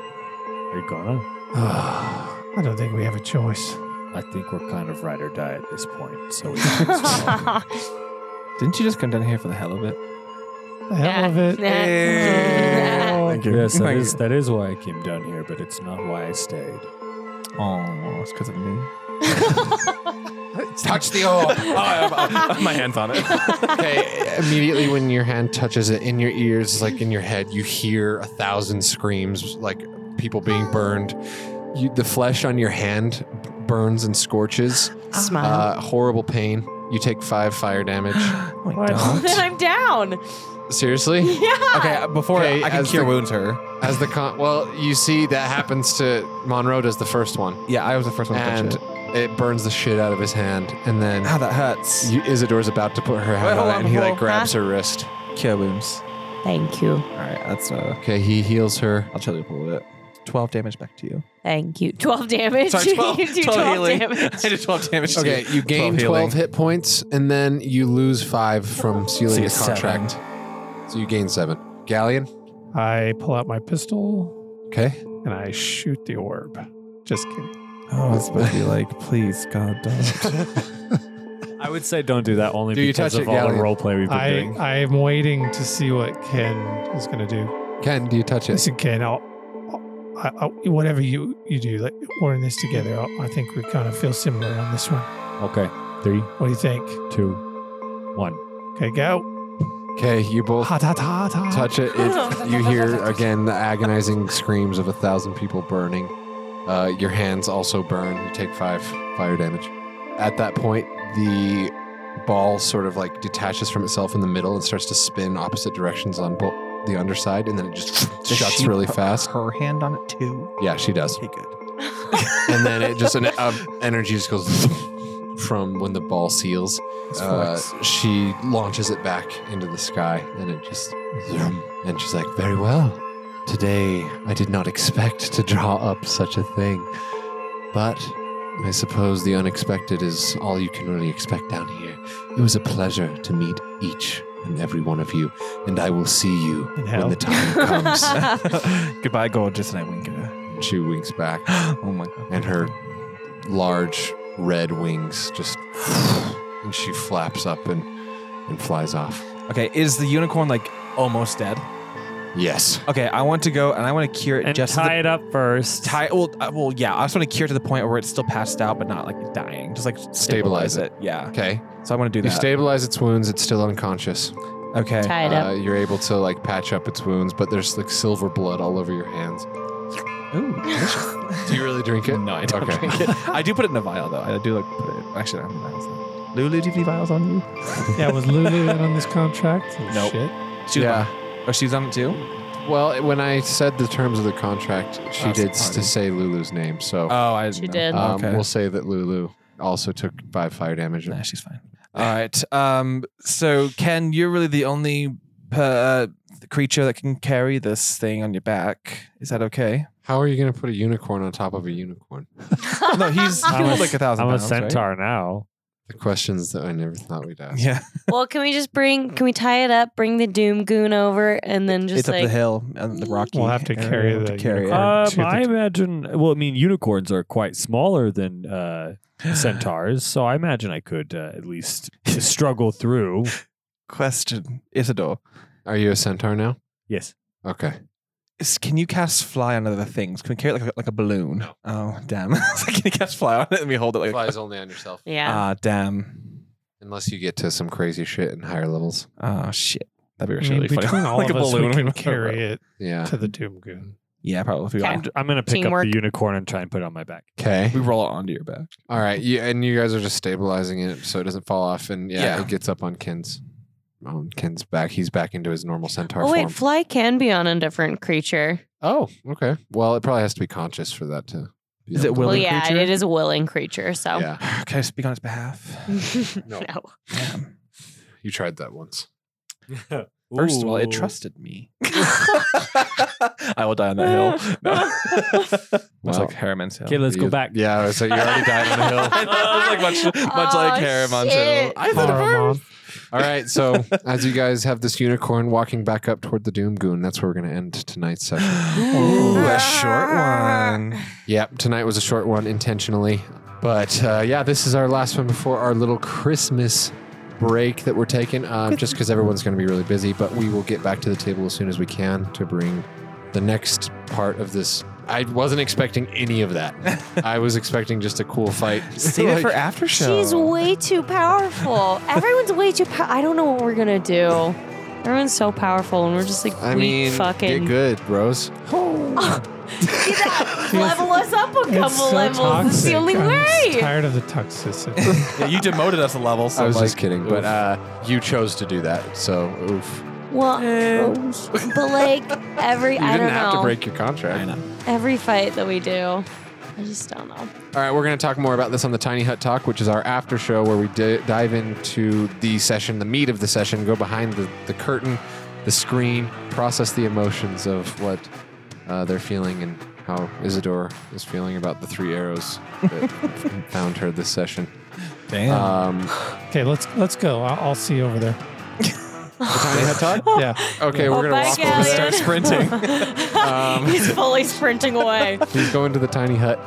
S5: Are you gonna?
S8: I don't think we have a choice.
S5: I think we're kind of ride or die at this point. So
S6: Didn't you just come down here for the hell of it?
S8: The hell of it.
S5: Thank you. Yes, that is, that is why I came down here, but it's not why I stayed.
S6: Oh, it's because of me.
S1: Touch the orb!
S6: Oh, I have, I have my hands on it.
S1: Okay, immediately when your hand touches it in your ears, like in your head, you hear a thousand screams, like people being burned. You, the flesh on your hand b- burns and scorches.
S6: Uh-huh.
S2: Smile.
S1: Uh, horrible pain. You take five fire damage.
S6: No, I don't.
S2: then I'm down.
S1: Seriously?
S2: Yeah.
S6: Okay, before
S1: Okay,
S6: I can
S1: as
S6: cure
S1: the-
S6: wounds her.
S1: As the con, well, you see that happens to Monroe does the first one,
S6: Yeah, I was the first one to touch
S1: and
S6: it.
S1: it burns the shit out of his hand, and then
S6: Ah, that hurts.
S1: you, Isidore's about to put her hand on
S6: Wait, hold
S1: it,
S6: on
S1: and he like
S6: before-
S1: grabs her wrist.
S6: Cure wounds.
S2: Thank you.
S6: All right, that's uh,
S1: Okay, he heals her.
S6: I'll chill you up a little bit. Twelve damage back to you.
S2: Thank you. 12 damage. you do 12 damage.
S6: I did twelve damage. to
S1: Okay, you gain 12,
S6: healing.
S1: hit points, and then you lose five from
S6: So
S1: sealing
S6: you
S1: the contract. So you gain seven. Galleon,
S8: I pull out my pistol
S1: okay.
S8: and I shoot the orb. Just kidding.
S6: Oh, it's supposed to be like, please, God, don't.
S5: I would say don't do that only
S1: Do you
S5: because
S1: touch
S5: of
S1: it,
S5: all the
S1: Galleon?
S5: roleplay we've been
S8: I
S5: doing.
S8: I'm waiting to see what Ken is gonna do.
S1: Ken, do you touch it?
S8: Listen, Ken, I'll, I'll, I- I'll, whatever you, you do, like, we're in this together. i I think we kind of feel similar on this one.
S5: Okay, three,
S8: What do you think?
S5: two, one.
S8: Okay, go.
S1: Okay, you both
S8: Ha, ta, ta, ta.
S1: touch it. It- You hear again the agonizing screams of a thousand people burning. Uh, your hands also burn. You take five fire damage. At that point, the ball sort of like detaches from itself in the middle and starts to spin opposite directions on both the underside, and then it just shuts
S6: she
S1: really
S6: put
S1: fast.
S6: Her hand on it too.
S1: Yeah, she does.
S6: Okay, good.
S1: and then it just an uh, energy just goes from when the ball seals. Uh, she launches it back into the sky, and it just and she's like, "Very well. Today, I did not expect to draw up such a thing, but I suppose the unexpected is all you can really expect down here. It was a pleasure to meet each and every one of you, and I will see you
S8: In
S1: when
S8: hell.
S1: the time comes."
S2: Uh.
S6: Goodbye, gorgeous, and I wink at her.
S1: and she winks back.
S6: Oh my God.
S1: and her large red wings just and she flaps up and and flies off.
S6: Okay, is the unicorn like almost dead?
S1: Yes.
S6: Okay, I want to go and I want to cure it
S5: And
S6: just to the-
S5: tie it up first.
S6: Tie well, uh, well, yeah. I just want to cure to the point where it's still passed out, but not like dying. Just like
S1: Stabilize
S6: stabilize it. Yeah.
S1: Okay.
S6: So I want to do
S1: You
S6: that.
S1: stabilize its wounds. It's still unconscious.
S6: okay.
S2: Tie it
S1: Uh,
S2: up.
S1: you're able to like patch up its wounds, but there's like silver blood all over your hands. Do you really drink it?
S6: no, I don't
S1: Okay.
S6: drink it. I do put it in a vial though. I do like put it. Actually, I don't have vials. Lulu, do you have any vials on you?
S8: Yeah, was Lulu in on this contract?
S6: Nope.
S8: Shit.
S6: She was
S1: yeah.
S6: on- Oh, she's on it too.
S1: Well, when I said the terms of the contract, she
S6: Oh,
S1: did
S6: sorry.
S1: to say Lulu's name. So
S6: Oh, I didn't
S2: She
S6: know.
S2: did.
S1: um,
S6: okay.
S1: we'll say that Lulu also took five fire damage.
S6: Nah, she's fine. All right. Um. So Ken, you're really the only per, uh, creature that can carry this thing on your back. Is that okay?
S1: How are you going to put a unicorn on top of a unicorn?
S6: no, he's he
S5: I'm a-
S6: was like a 1000
S5: I'm a
S6: pounds, right?
S5: centaur now.
S1: The questions that I never thought we'd ask.
S6: Yeah.
S7: Well, can we just bring? Can we tie it up? Bring the Doom Goon over, and then just
S6: it's
S7: like
S6: up the hill and the rocky.
S8: We'll have to
S6: area.
S8: carry
S6: We'll have
S8: the
S6: carry it.
S8: unicorn. Uh,
S5: Um,
S8: to
S5: I
S8: the-
S5: imagine. Well, I mean, unicorns are quite smaller than uh, centaurs, so I imagine I could uh, at least struggle through.
S6: Question, Isidore,
S1: Are you a centaur now?
S5: Yes.
S1: Okay.
S6: is, can you cast fly on other things? Can we carry it like a, like a balloon? Oh damn! It's like, can you cast fly on it and we hold it like?
S1: Flies only on yourself.
S2: yeah.
S6: Ah damn!
S1: Unless you get to some crazy shit in higher levels.
S6: Oh shit! That'd be
S8: I
S6: actually
S8: mean,
S6: really funny.
S8: between all
S6: like
S8: of
S6: a
S8: us,
S6: balloon.
S8: we can carry it
S1: Yeah.
S8: to the Doom Goon.
S6: Yeah, probably. If we,
S5: I'm, I'm going to pick
S2: Teamwork.
S5: up the unicorn and try and put it on my back.
S1: Okay.
S6: we roll it onto your back.
S1: All right. Yeah, and you guys are just stabilizing it so it doesn't fall off. And yeah,
S6: Yeah.
S1: it gets up on Ken's. On Ken's back. He's back into his normal
S6: Ah,
S1: centaur
S2: Oh
S1: form.
S2: wait, fly can be on a different creature.
S1: oh, okay. Well, it probably has to be conscious for that to. Be
S6: Is it Oh.
S1: able to-
S2: Well,
S6: Willing
S2: yeah,
S6: creature?
S2: it is a willing creature. So
S1: Yeah.
S6: Can I speak on its behalf?
S1: No.
S2: no.
S6: Damn.
S1: You tried that once.
S6: First of all,
S5: Ooh.
S6: it trusted me. I will die on that hill. No. Much
S1: Well.
S6: like Harriman's hill.
S5: Okay, let's go
S1: You-
S5: back.
S1: Yeah, I was like, you already died on a hill.
S6: I know, it was like much, much like
S2: Oh,
S6: Harriman's hill.
S2: shit.
S6: I thought it
S8: Horror mom.
S1: All right, so as you guys have this unicorn walking back up toward the Doom Goon, that's where we're going to end tonight's session.
S6: Ooh, a short one.
S1: yep, tonight was a short one intentionally. But uh, yeah, this is our last one before our little Christmas break that we're taking, uh, just because everyone's going to be really busy. But we will get back to the table as soon as we can to bring the next part of this. I wasn't expecting any of that. I was expecting just a cool fight.
S6: Save it
S1: Like,
S6: for after show.
S7: she's way too powerful. Everyone's way too. pow I don't know what we're gonna do. Everyone's so powerful, and we're just like
S1: I
S7: weak
S1: mean,
S7: fucking.
S1: get good, bros.
S7: Level us up a couple
S8: It's so
S7: levels. It's the
S8: toxic.
S7: only
S8: I'm
S7: way.
S8: tired of the toxicity.
S6: yeah, you demoted us a level. So
S1: I was
S6: like,
S1: just kidding, but uh, you chose to do that, so oof.
S7: Well, but like every
S1: You
S7: I
S1: didn't
S7: don't
S1: have
S7: know
S1: to break your contract.
S7: every fight that we do, I just don't know.
S1: All right, we're going to talk more about this on the Tiny Hut Talk, which is our after show where we di- dive into the session, the meat of the session, go behind the, the curtain, the screen, process the emotions of what uh, they're feeling and how Isidore is feeling about the three arrows that found her this session.
S6: damn.
S1: Um,
S8: okay, let's let's go. I'll, I'll see you over there.
S1: the Tiny Hut Talk?
S8: Yeah.
S1: Okay, we're
S2: Oh,
S1: going to
S2: bye,
S1: walk over
S2: Galleon.
S1: there.
S6: Start sprinting.
S1: Um,
S2: He's fully sprinting away.
S1: He's going to the tiny hut.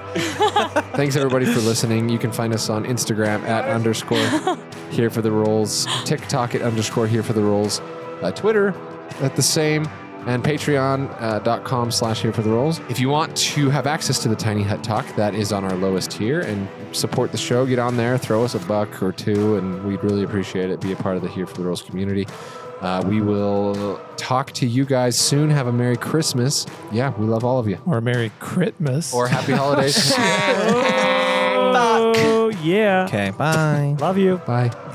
S1: Thanks everybody for listening. You can find us on Instagram at underscore here for the rolls, TikTok at underscore here for the rolls, uh, Twitter at the same, and Patreon.com slash here for the rolls. If you want to have access to the tiny hut talk, that is on our lowest tier, and support the show. Get on there, throw us a buck or two, and we'd really appreciate it. Be a part of the here for the rolls community. Uh, we will talk to you guys soon. Have a Merry Christmas. Yeah, we love all of you
S8: Or Merry Christmas.
S1: or happy holidays.
S5: Oh, yeah.
S6: okay, bye.
S5: Love you.
S1: Bye.